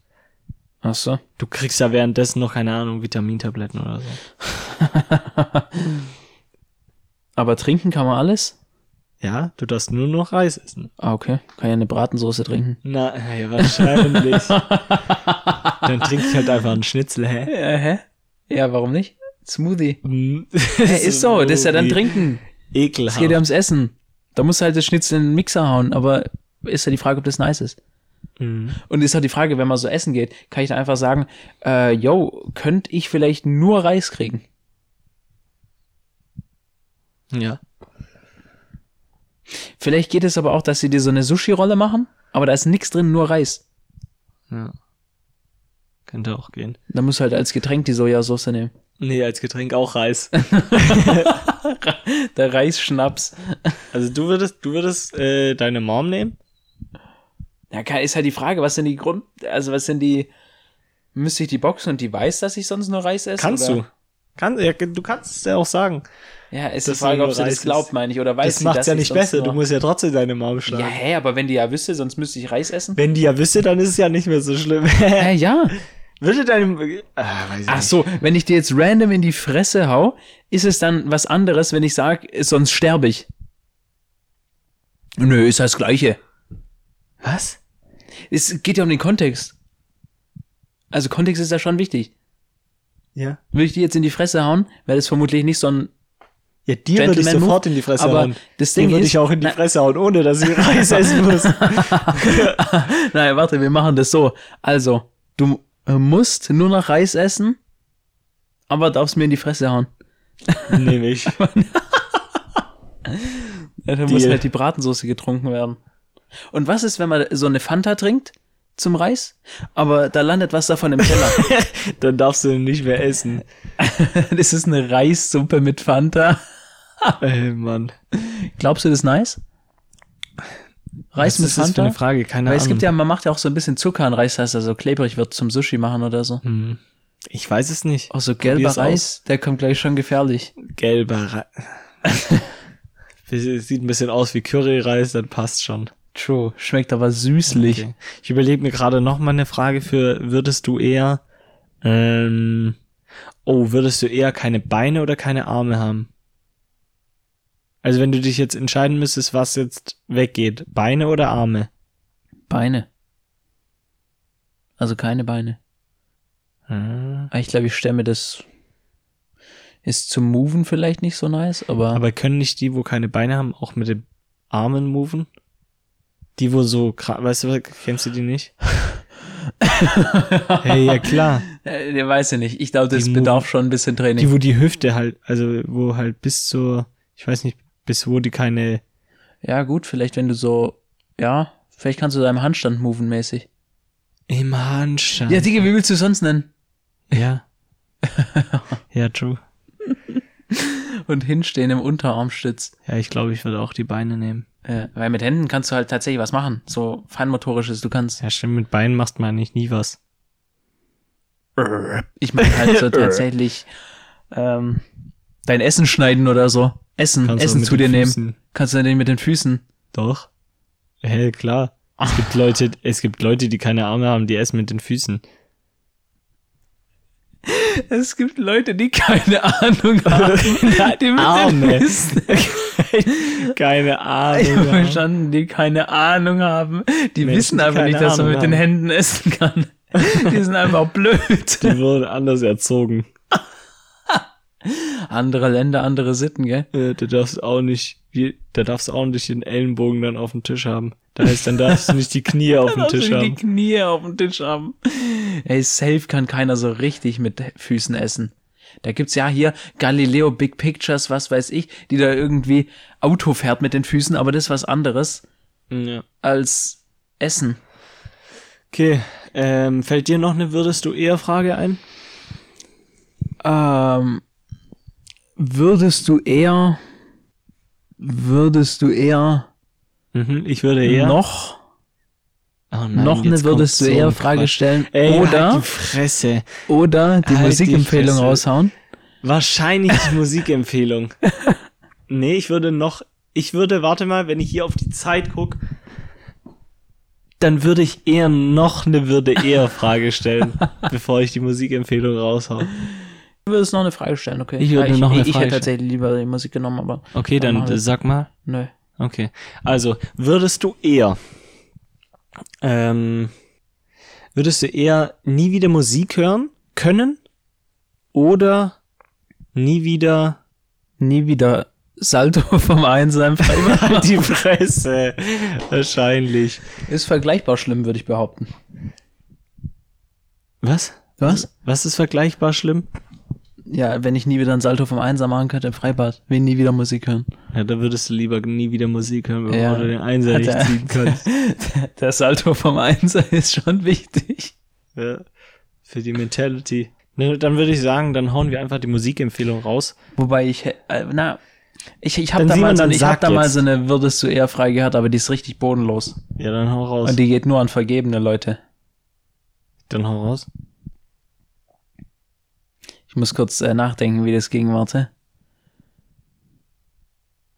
S1: Ach so.
S2: Du kriegst ja währenddessen noch, keine Ahnung, Vitamintabletten oder so.
S1: Aber trinken kann man alles?
S2: Ja, du darfst nur noch Reis essen.
S1: Ah, okay. Kann ja eine Bratensoße trinken.
S2: Na, ja, wahrscheinlich.
S1: [laughs]
S2: Dann trink ich halt einfach einen Schnitzel, hä?
S1: Äh, hä? Ja, warum nicht?
S2: [laughs]
S1: Smoothie.
S2: Hey,
S1: Hm. ist so, das ist ja dann trinken. Es
S2: Ekelhaft.
S1: geht ja ums Essen. Da musst du halt das Schnitzel in den Mixer hauen, aber ist ja die Frage, ob das nice ist.
S2: Mhm.
S1: Und ist halt die Frage, wenn man so essen geht, kann ich da einfach sagen, äh, yo, könnte ich vielleicht nur Reis kriegen?
S2: Ja.
S1: Vielleicht geht es aber auch, dass sie dir so eine Sushi-Rolle machen, aber da ist nichts drin, nur Reis.
S2: ja. Könnte auch gehen.
S1: Da musst du halt als Getränk die Sojasauce nehmen. [laughs]
S2: Nee, als Getränk auch Reis.
S1: Der Reisschnaps.
S2: Also du würdest, du würdest äh, deine Mom nehmen?
S1: Ja, ke- ist halt die Frage, was sind die Grund, also was sind die, müsste ich die boxen und die weiß, dass ich sonst nur Reis esse?
S2: Kannst
S1: oder?
S2: du. Kann, ja, du kannst es ja auch sagen.
S1: Ja, ist
S2: Dass
S1: die Frage,
S2: nur
S1: ob sie
S2: Reis
S1: das glaubt,
S2: ist.
S1: meine ich, oder weiß
S2: das
S1: sie,
S2: macht's
S1: dass
S2: ja
S1: ich
S2: nicht
S1: sonst
S2: besser. Du
S1: nur-
S2: musst ja trotzdem deine Mom
S1: Ja,
S2: schlagen.
S1: hä, aber wenn die ja wüsste, sonst müsste ich Reis essen?
S2: Wenn die ja wüsste, dann ist es ja nicht mehr so schlimm. [laughs]
S1: Hä, ja.
S2: Würde deine. Ah, weiß ich
S1: Ach
S2: nicht.
S1: so, wenn ich dir jetzt random in die Fresse hau, ist es dann was anderes, wenn ich sag, sonst sterbe ich. Nö, ist das Gleiche.
S2: Was?
S1: Es geht ja um den Kontext. Also Kontext ist da schon wichtig.
S2: Ja.
S1: Würde ich dir jetzt in die Fresse hauen, wäre das vermutlich nicht so ein... [laughs]
S2: Ja, dir würde ich
S1: Gentleman-Move,
S2: sofort in die Fresse
S1: aber
S2: hauen.
S1: das
S2: Dir
S1: Ding
S2: würde
S1: ist-
S2: ich auch in die Fresse hauen, ohne dass
S1: [laughs]
S2: ich Reis essen muss.
S1: Naja, warte, wir machen das so. Also, du äh, musst nur noch Reis essen, aber darfst mir in die Fresse hauen. [laughs]
S2: Nehme ich.
S1: Ja, da muss
S2: Deal.
S1: halt die Bratensoße getrunken werden. Und was ist, wenn man so eine Fanta trinkt zum Reis, aber da landet was davon im Keller?
S2: [laughs] Dann darfst du nicht mehr essen.
S1: das ist eine Reissuppe mit Fanta.
S2: Ey, Äh, Mann.
S1: Glaubst du, das ist nice? Reis
S2: Was
S1: mit
S2: ist das für
S1: Fanta?
S2: eine Frage? Keine
S1: Weil
S2: Ahnung.
S1: es gibt ja, man macht ja auch so ein bisschen Zucker an Reis, dass er so klebrig wird zum Sushi machen oder so.
S2: Hm. Ich weiß es nicht.
S1: Auch so gelber
S2: Probier's
S1: Reis, der kommt gleich schon gefährlich.
S2: Gelber Reis.
S1: [laughs]
S2: Sieht ein bisschen aus [laughs] wie Curryreis, dann passt schon.
S1: True. Schmeckt aber süßlich.
S2: Okay. Ich überlege mir gerade noch mal eine Frage für, würdest du eher, ähm, oh, würdest du eher keine Beine oder keine Arme haben? Also wenn du dich jetzt entscheiden müsstest, was jetzt weggeht, Beine oder Arme?
S1: Beine. Also keine Beine.
S2: Hm.
S1: Ah, Ich glaube, ich stelle mir das. Ist zum Moven vielleicht nicht so nice, aber,
S2: Aber können nicht die, wo keine Beine haben, auch mit den Armen moven? Die, wo so, gra- weißt du, kennst du die nicht? hey, ja klar.
S1: [laughs] Äh, der weiß ja nicht. Ich glaube, das
S2: Die
S1: bedarf schon ein bisschen Training.
S2: Die, wo die Hüfte halt, also wo halt bis zur, ich weiß nicht, bis wo die keine
S1: ja, gut, vielleicht wenn du so, ja, vielleicht kannst du deinem Handstand moven mäßig.
S2: Im Handstand.
S1: Ja, Digga, wie willst du es sonst nennen?
S2: ja. [laughs] ja, true.
S1: Und hinstehen im Unterarmstütz.
S2: Ja, ich glaube, ich würde auch die Beine nehmen.
S1: Äh, weil mit Händen kannst du halt tatsächlich was machen. So feinmotorisches, du kannst.
S2: Ja, stimmt, mit Beinen macht man eigentlich nie was.
S1: Ich meine halt [laughs] so tatsächlich ähm, dein Essen schneiden oder so. Essen,
S2: Kannst du
S1: Essen
S2: mit
S1: zu dir
S2: den
S1: nehmen.
S2: Füßen.
S1: Kannst du den mit den Füßen.
S2: Doch. Hä, klar.
S1: [laughs]
S2: Es gibt Leute, es gibt Leute, die keine Arme haben, die essen mit den Füßen.
S1: Es gibt Leute, die keine [laughs] Ahnung haben. Die mit
S2: Arme.
S1: Den Füßen-
S2: [laughs] Keine
S1: Ich [laughs] hab
S2: Ahnung.
S1: verstanden, die keine Ahnung haben. Die
S2: Menschen,
S1: wissen
S2: die
S1: einfach
S2: keine
S1: nicht, dass man
S2: Ahnung
S1: mit den
S2: haben.
S1: Händen essen
S2: [laughs]
S1: kann. Die sind einfach blöd.
S2: Die wurden anders erzogen.
S1: Andere Länder, andere Sitten, gell?
S2: Äh, da darfst du auch nicht, wie- da darfst du auch nicht den Ellenbogen dann auf dem Tisch haben. Da heißt, dann darfst du nicht
S1: [laughs]
S2: die Knie auf dem
S1: Darfst du
S2: Tisch
S1: nicht
S2: haben.
S1: die Knie auf dem Tisch haben. Ey, safe kann keiner so richtig mit Füßen essen. Da gibt's ja hier Galileo Big Pictures, was weiß ich, die da irgendwie Auto fährt mit den Füßen, aber das ist was anderes
S2: Hm, Ja.
S1: als Essen.
S2: Okay, ähm, fällt dir noch eine würdest du eher Frage ein?
S1: Ähm,
S4: Würdest du eher, würdest du eher
S2: Mhm, ich würde eher.
S4: noch,
S2: Oh nein,
S4: noch eine
S2: jetzt kommt
S4: würdest du
S2: so
S4: eher
S2: ein
S4: Frage
S2: Quatsch.
S4: stellen
S2: Ey,
S4: oder,
S2: Halt die Fresse.
S4: oder die
S2: halt die
S4: Musikempfehlung
S2: Fresse.
S4: raushauen?
S2: Wahrscheinlich [laughs] die Musikempfehlung. Nee, ich würde noch, ich würde, warte mal, wenn ich hier auf die Zeit guck, dann würde ich eher noch eine würde eher Frage [laughs] stellen, bevor ich die Musikempfehlung raushaue.
S1: du würdest noch eine Frage stellen, okay?
S2: Ich würde
S1: ich,
S2: noch eine
S1: ich, ich
S2: Frage
S1: hätte tatsächlich lieber die Musik genommen, aber
S2: Okay, dann
S1: machen wir-
S2: äh, sag mal.
S1: nö.
S2: Okay. Also, würdest du eher, ähm, würdest du eher nie wieder Musik hören können oder nie wieder [laughs]
S1: Nie wieder Salto vom Einsamen.
S2: Halt die Fresse. Wahrscheinlich.
S1: [laughs] Ist vergleichbar schlimm, würde ich behaupten.
S2: Was?
S1: Was?
S2: Was ist vergleichbar schlimm?
S1: Ja, wenn ich nie wieder ein Salto vom Einsamen machen könnte im Freibad, will nie wieder Musik
S2: [laughs]
S1: hören.
S2: Ja, da würdest du lieber nie wieder Musik hören, bevor
S1: Ja.
S2: du den Einser nicht
S1: Hat er- [laughs]
S2: ziehen kannst.
S1: Der Salto vom Einser ist schon wichtig.
S2: ja. Für die Mentality. Ne, dann würde ich sagen, dann hauen wir einfach die Musikempfehlung raus.
S1: Wobei ich, hä- äh, na, ich, ich habe
S2: Dann
S1: da, mal
S2: Simon,
S1: so,
S2: dann
S1: eine- ich hab
S2: sag
S1: da mal
S2: jetzt.
S1: so eine Würdest du eher Frage gehabt, aber die ist richtig bodenlos.
S2: Ja, dann hau raus.
S1: Und die geht nur an vergebene Leute.
S2: dann hau raus.
S1: Ich muss kurz äh, nachdenken, wie das ging, warte.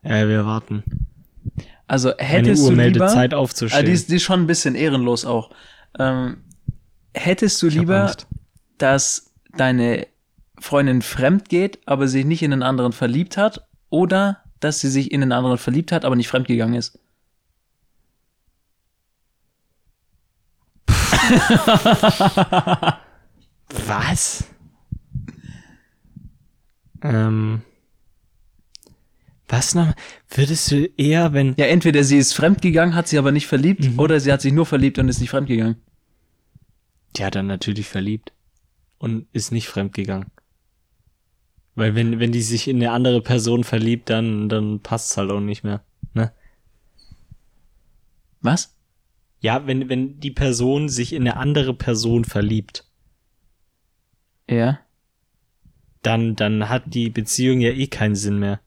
S2: Ja, wir warten.
S1: Also
S2: Eine
S1: hättest
S2: Uhr
S1: du
S2: meldet
S1: lieber...
S2: Zeit
S1: Ah,
S2: aufzustehen.
S1: die, ist, die ist schon ein bisschen ehrenlos auch. Ähm, hättest du
S2: hab
S1: lieber,
S2: Angst.
S1: dass deine Freundin fremd geht, aber sich nicht in den anderen verliebt hat, oder dass sie sich in den anderen verliebt hat, aber nicht fremd gegangen ist?
S2: Was? Ähm. Was noch? Würdest du eher, wenn.
S1: Ja, entweder sie ist fremd gegangen, hat sie aber nicht verliebt,
S2: Mhm.
S1: oder sie hat sich nur verliebt und ist nicht fremd gegangen.
S2: Ja, dann natürlich verliebt. Und ist nicht fremdgegangen. Weil wenn, wenn die sich in eine andere Person verliebt, dann, dann passt's halt auch nicht mehr. Ne?
S1: Was?
S2: Ja, wenn, wenn die Person sich in eine andere Person verliebt,
S1: Ja.
S2: dann, dann hat die Beziehung ja eh keinen Sinn mehr.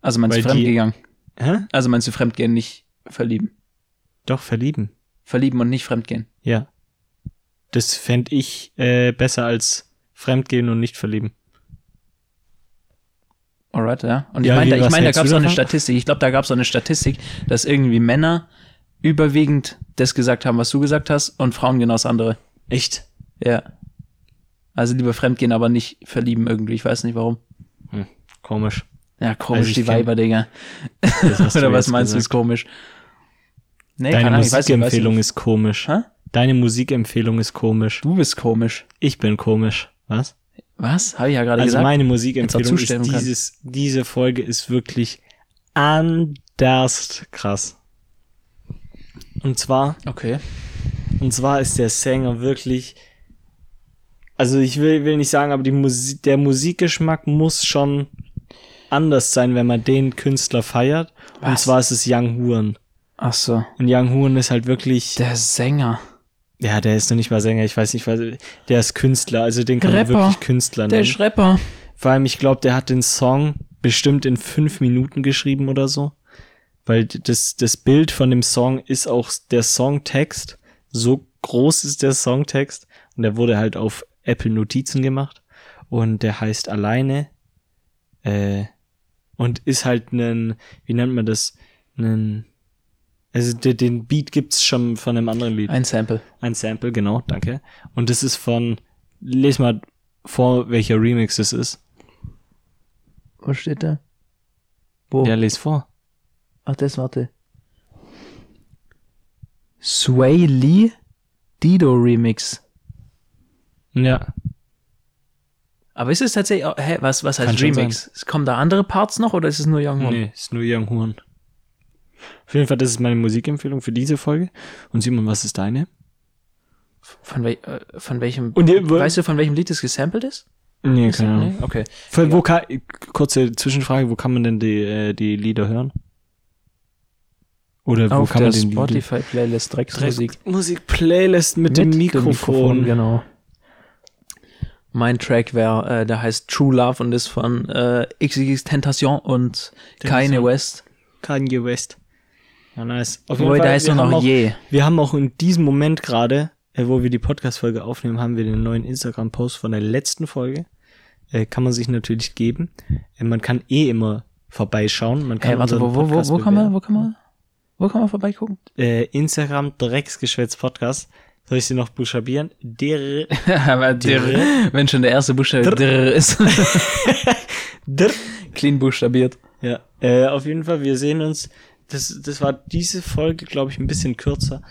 S1: Also meinst du
S2: Weil die-
S1: fremd gegangen?
S2: Hä?
S1: Also meinst du fremd gehen, nicht verlieben?
S2: Doch, verlieben.
S1: Verlieben und nicht fremd gehen.
S2: Ja. Das fänd ich äh, besser als fremdgehen und nicht verlieben.
S1: Alright, ja. Und ich
S2: Ja,
S1: meine,
S2: wie,
S1: da- ich
S2: was
S1: meine, da
S2: hältst
S1: gab
S2: du
S1: es auch eine
S2: davon?
S1: Statistik. Ich glaube, da gab es auch eine Statistik, dass irgendwie Männer überwiegend das gesagt haben, was du gesagt hast, und Frauen genau das andere.
S2: Echt?
S1: Ja. Also lieber fremdgehen, aber nicht verlieben irgendwie. Ich weiß nicht warum.
S2: Hm,
S1: [laughs]
S2: komisch.
S1: Ja, komisch,
S2: Also ich
S1: die
S2: kenn-
S1: Weiber, Digga.
S2: Das [laughs] hast du
S1: Oder was
S2: jetzt
S1: meinst du, ist
S2: gesagt.
S1: komisch? Nee,
S2: Deine
S1: ich weiß nicht,
S2: Musikempfehlung
S1: ich weiß
S2: ist komisch.
S1: Hä?
S2: Deine Musikempfehlung ist komisch.
S1: nicht. Du bist komisch.
S2: Ich bin komisch. Was?
S1: Was? Habe ich ja gerade
S2: Also
S1: gesagt.
S2: meine
S1: Jetzt
S2: Musikempfehlung
S1: auch
S2: ist
S1: zustimmen kann.
S2: dieses, diese Folge ist wirklich anders krass. Und zwar,
S1: okay.
S2: und zwar ist der Sänger wirklich, also ich will, will nicht sagen, aber die Musik, der Musikgeschmack muss schon anders sein, wenn man den Künstler feiert. Und
S1: Was?
S2: zwar ist es Young Huren.
S1: Ach so.
S2: Und Young Huren ist halt wirklich,
S1: Der Sänger.
S2: ja, der ist noch nicht mal Sänger, ich weiß nicht, was, der ist Künstler, also den kann
S1: Rapper.
S2: man wirklich Künstler nennen.
S1: Der Schrepper.
S2: Vor allem, ich glaube, der hat den Song bestimmt in fünf Minuten geschrieben oder so. Weil d- das, das Bild von dem Song ist auch der Songtext. So groß ist der Songtext. Und der wurde halt auf Apple Notizen gemacht. Und der heißt alleine. Äh, und ist halt nen wie nennt man das? nen Also de- den Beat gibt's schon von einem anderen Lied.
S1: Ein Sample.
S2: Ein Sample, genau, danke. Und das ist von, les mal vor, welcher Remix das ist.
S1: Was steht da? Wo?
S2: Ja, les vor.
S1: Ach, das, warte. Sway Lee Dido Remix.
S2: Ja.
S1: Aber ist es tatsächlich, oh, hä, was, was heißt
S2: Kann schon
S1: Remix? Kommen da andere Parts noch oder ist es nur Young Horn?
S2: Nee, ist nur Young Horn. Auf jeden Fall, das ist meine Musikempfehlung für diese Folge. Und Simon, was ist deine?
S1: Von, wel, äh, von welchem,
S2: Und ihr-
S1: weißt du, von welchem Lied es gesampelt ist?
S2: Nee,
S1: Nee? Okay.
S2: Voll, wo kann, kurze Zwischenfrage, wo kann man denn die, äh, die Lieder hören? Oder wo
S1: Auf
S2: kann
S1: der
S2: man den Lieder-
S1: Spotify-Playlist Drecksmusik.
S2: Musik-Playlist mit, dem Mikrofon.
S1: genau. Mein Track wäre, äh, der heißt True Love und ist von äh, XXX Tentation und Kanye West.
S2: Kanye West. Ja, nice. Auf
S1: Wobei, da ist
S2: wir
S1: nur
S2: haben
S1: noch
S2: auch,
S1: Je.
S2: Wir haben auch in diesem Moment gerade, äh, wo wir die Podcast-Folge aufnehmen, haben wir den neuen Instagram-Post von der letzten Folge. Äh, kann man sich natürlich geben. Äh, man kann eh immer vorbeischauen. Man kann
S1: Hey, warte,
S2: unseren
S1: wo, wo, wo,
S2: Podcast
S1: wo kann man,
S2: bewerten.
S1: wo kann man, wo kann man vorbeigucken?
S2: [laughs] Äh, Instagram Drecksgeschwätz Podcast. Soll ich sie noch buchstabieren? Der,
S1: Aber
S2: Dr.
S1: dr, wenn schon der erste Buchstabe dr ist,
S2: [laughs] der.
S1: clean buchstabiert.
S2: Ja, äh, auf jeden Fall, wir sehen uns. Das, das war diese Folge, glaube ich, ein bisschen kürzer,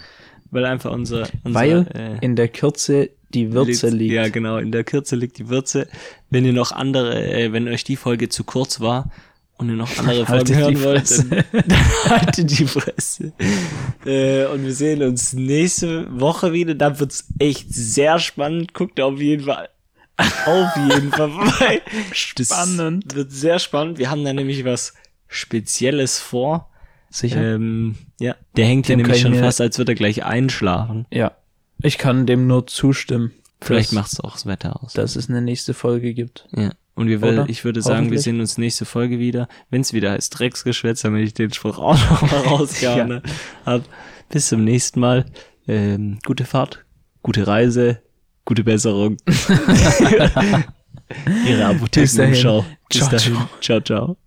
S2: weil einfach unser. unser
S1: Weil
S2: äh,
S1: in der Kürze die Würze liegt. Halt
S2: Ja, genau, in der Kürze liegt die Würze. Wenn ihr noch andere, äh, wenn euch die Folge zu kurz war und
S1: [laughs]
S2: ihr noch andere Folgen
S1: Haltet
S2: hören
S1: die
S2: wollt,
S1: Fresse. [laughs]
S2: dann, [laughs] dann haltet die Fresse. Äh, und wir sehen uns nächste Woche wieder. Dann wird's echt sehr spannend. Guckt auf jeden Fall. Auf
S1: [laughs]
S2: jeden Fall vorbei. Das
S1: Spannend.
S2: wird sehr spannend. Wir haben da nämlich was Spezielles vor.
S1: Sicher?
S2: Ähm, ja, der hängt hier
S1: Dem kann
S2: nämlich
S1: ich
S2: schon
S1: mir-
S2: fast, als würde er gleich einschlafen.
S1: ja. Ich kann dem nur zustimmen.
S2: Vielleicht
S1: dass,
S2: macht's auch das Wetter aus.
S1: dass es eine nächste Folge gibt.
S2: Ja. Und wir will,
S1: Oder?
S2: ich würde sagen, wir
S1: Hoffentlich.
S2: sehen uns nächste Folge wieder. wenn's wieder heißt Drecksgeschwätz, damit ich den Spruch auch
S1: [laughs]
S2: nochmal rausgehauen
S1: Ja.
S2: habe. Bis zum nächsten Mal. Ähm, gute Fahrt, gute Reise,
S1: [laughs]
S2: gute Besserung. [laughs] Ihre
S1: Bis dahin.
S2: Apothekenumschau. Bis
S1: Ciao,
S2: dahin.
S1: ciao.
S2: Ciao, ciao.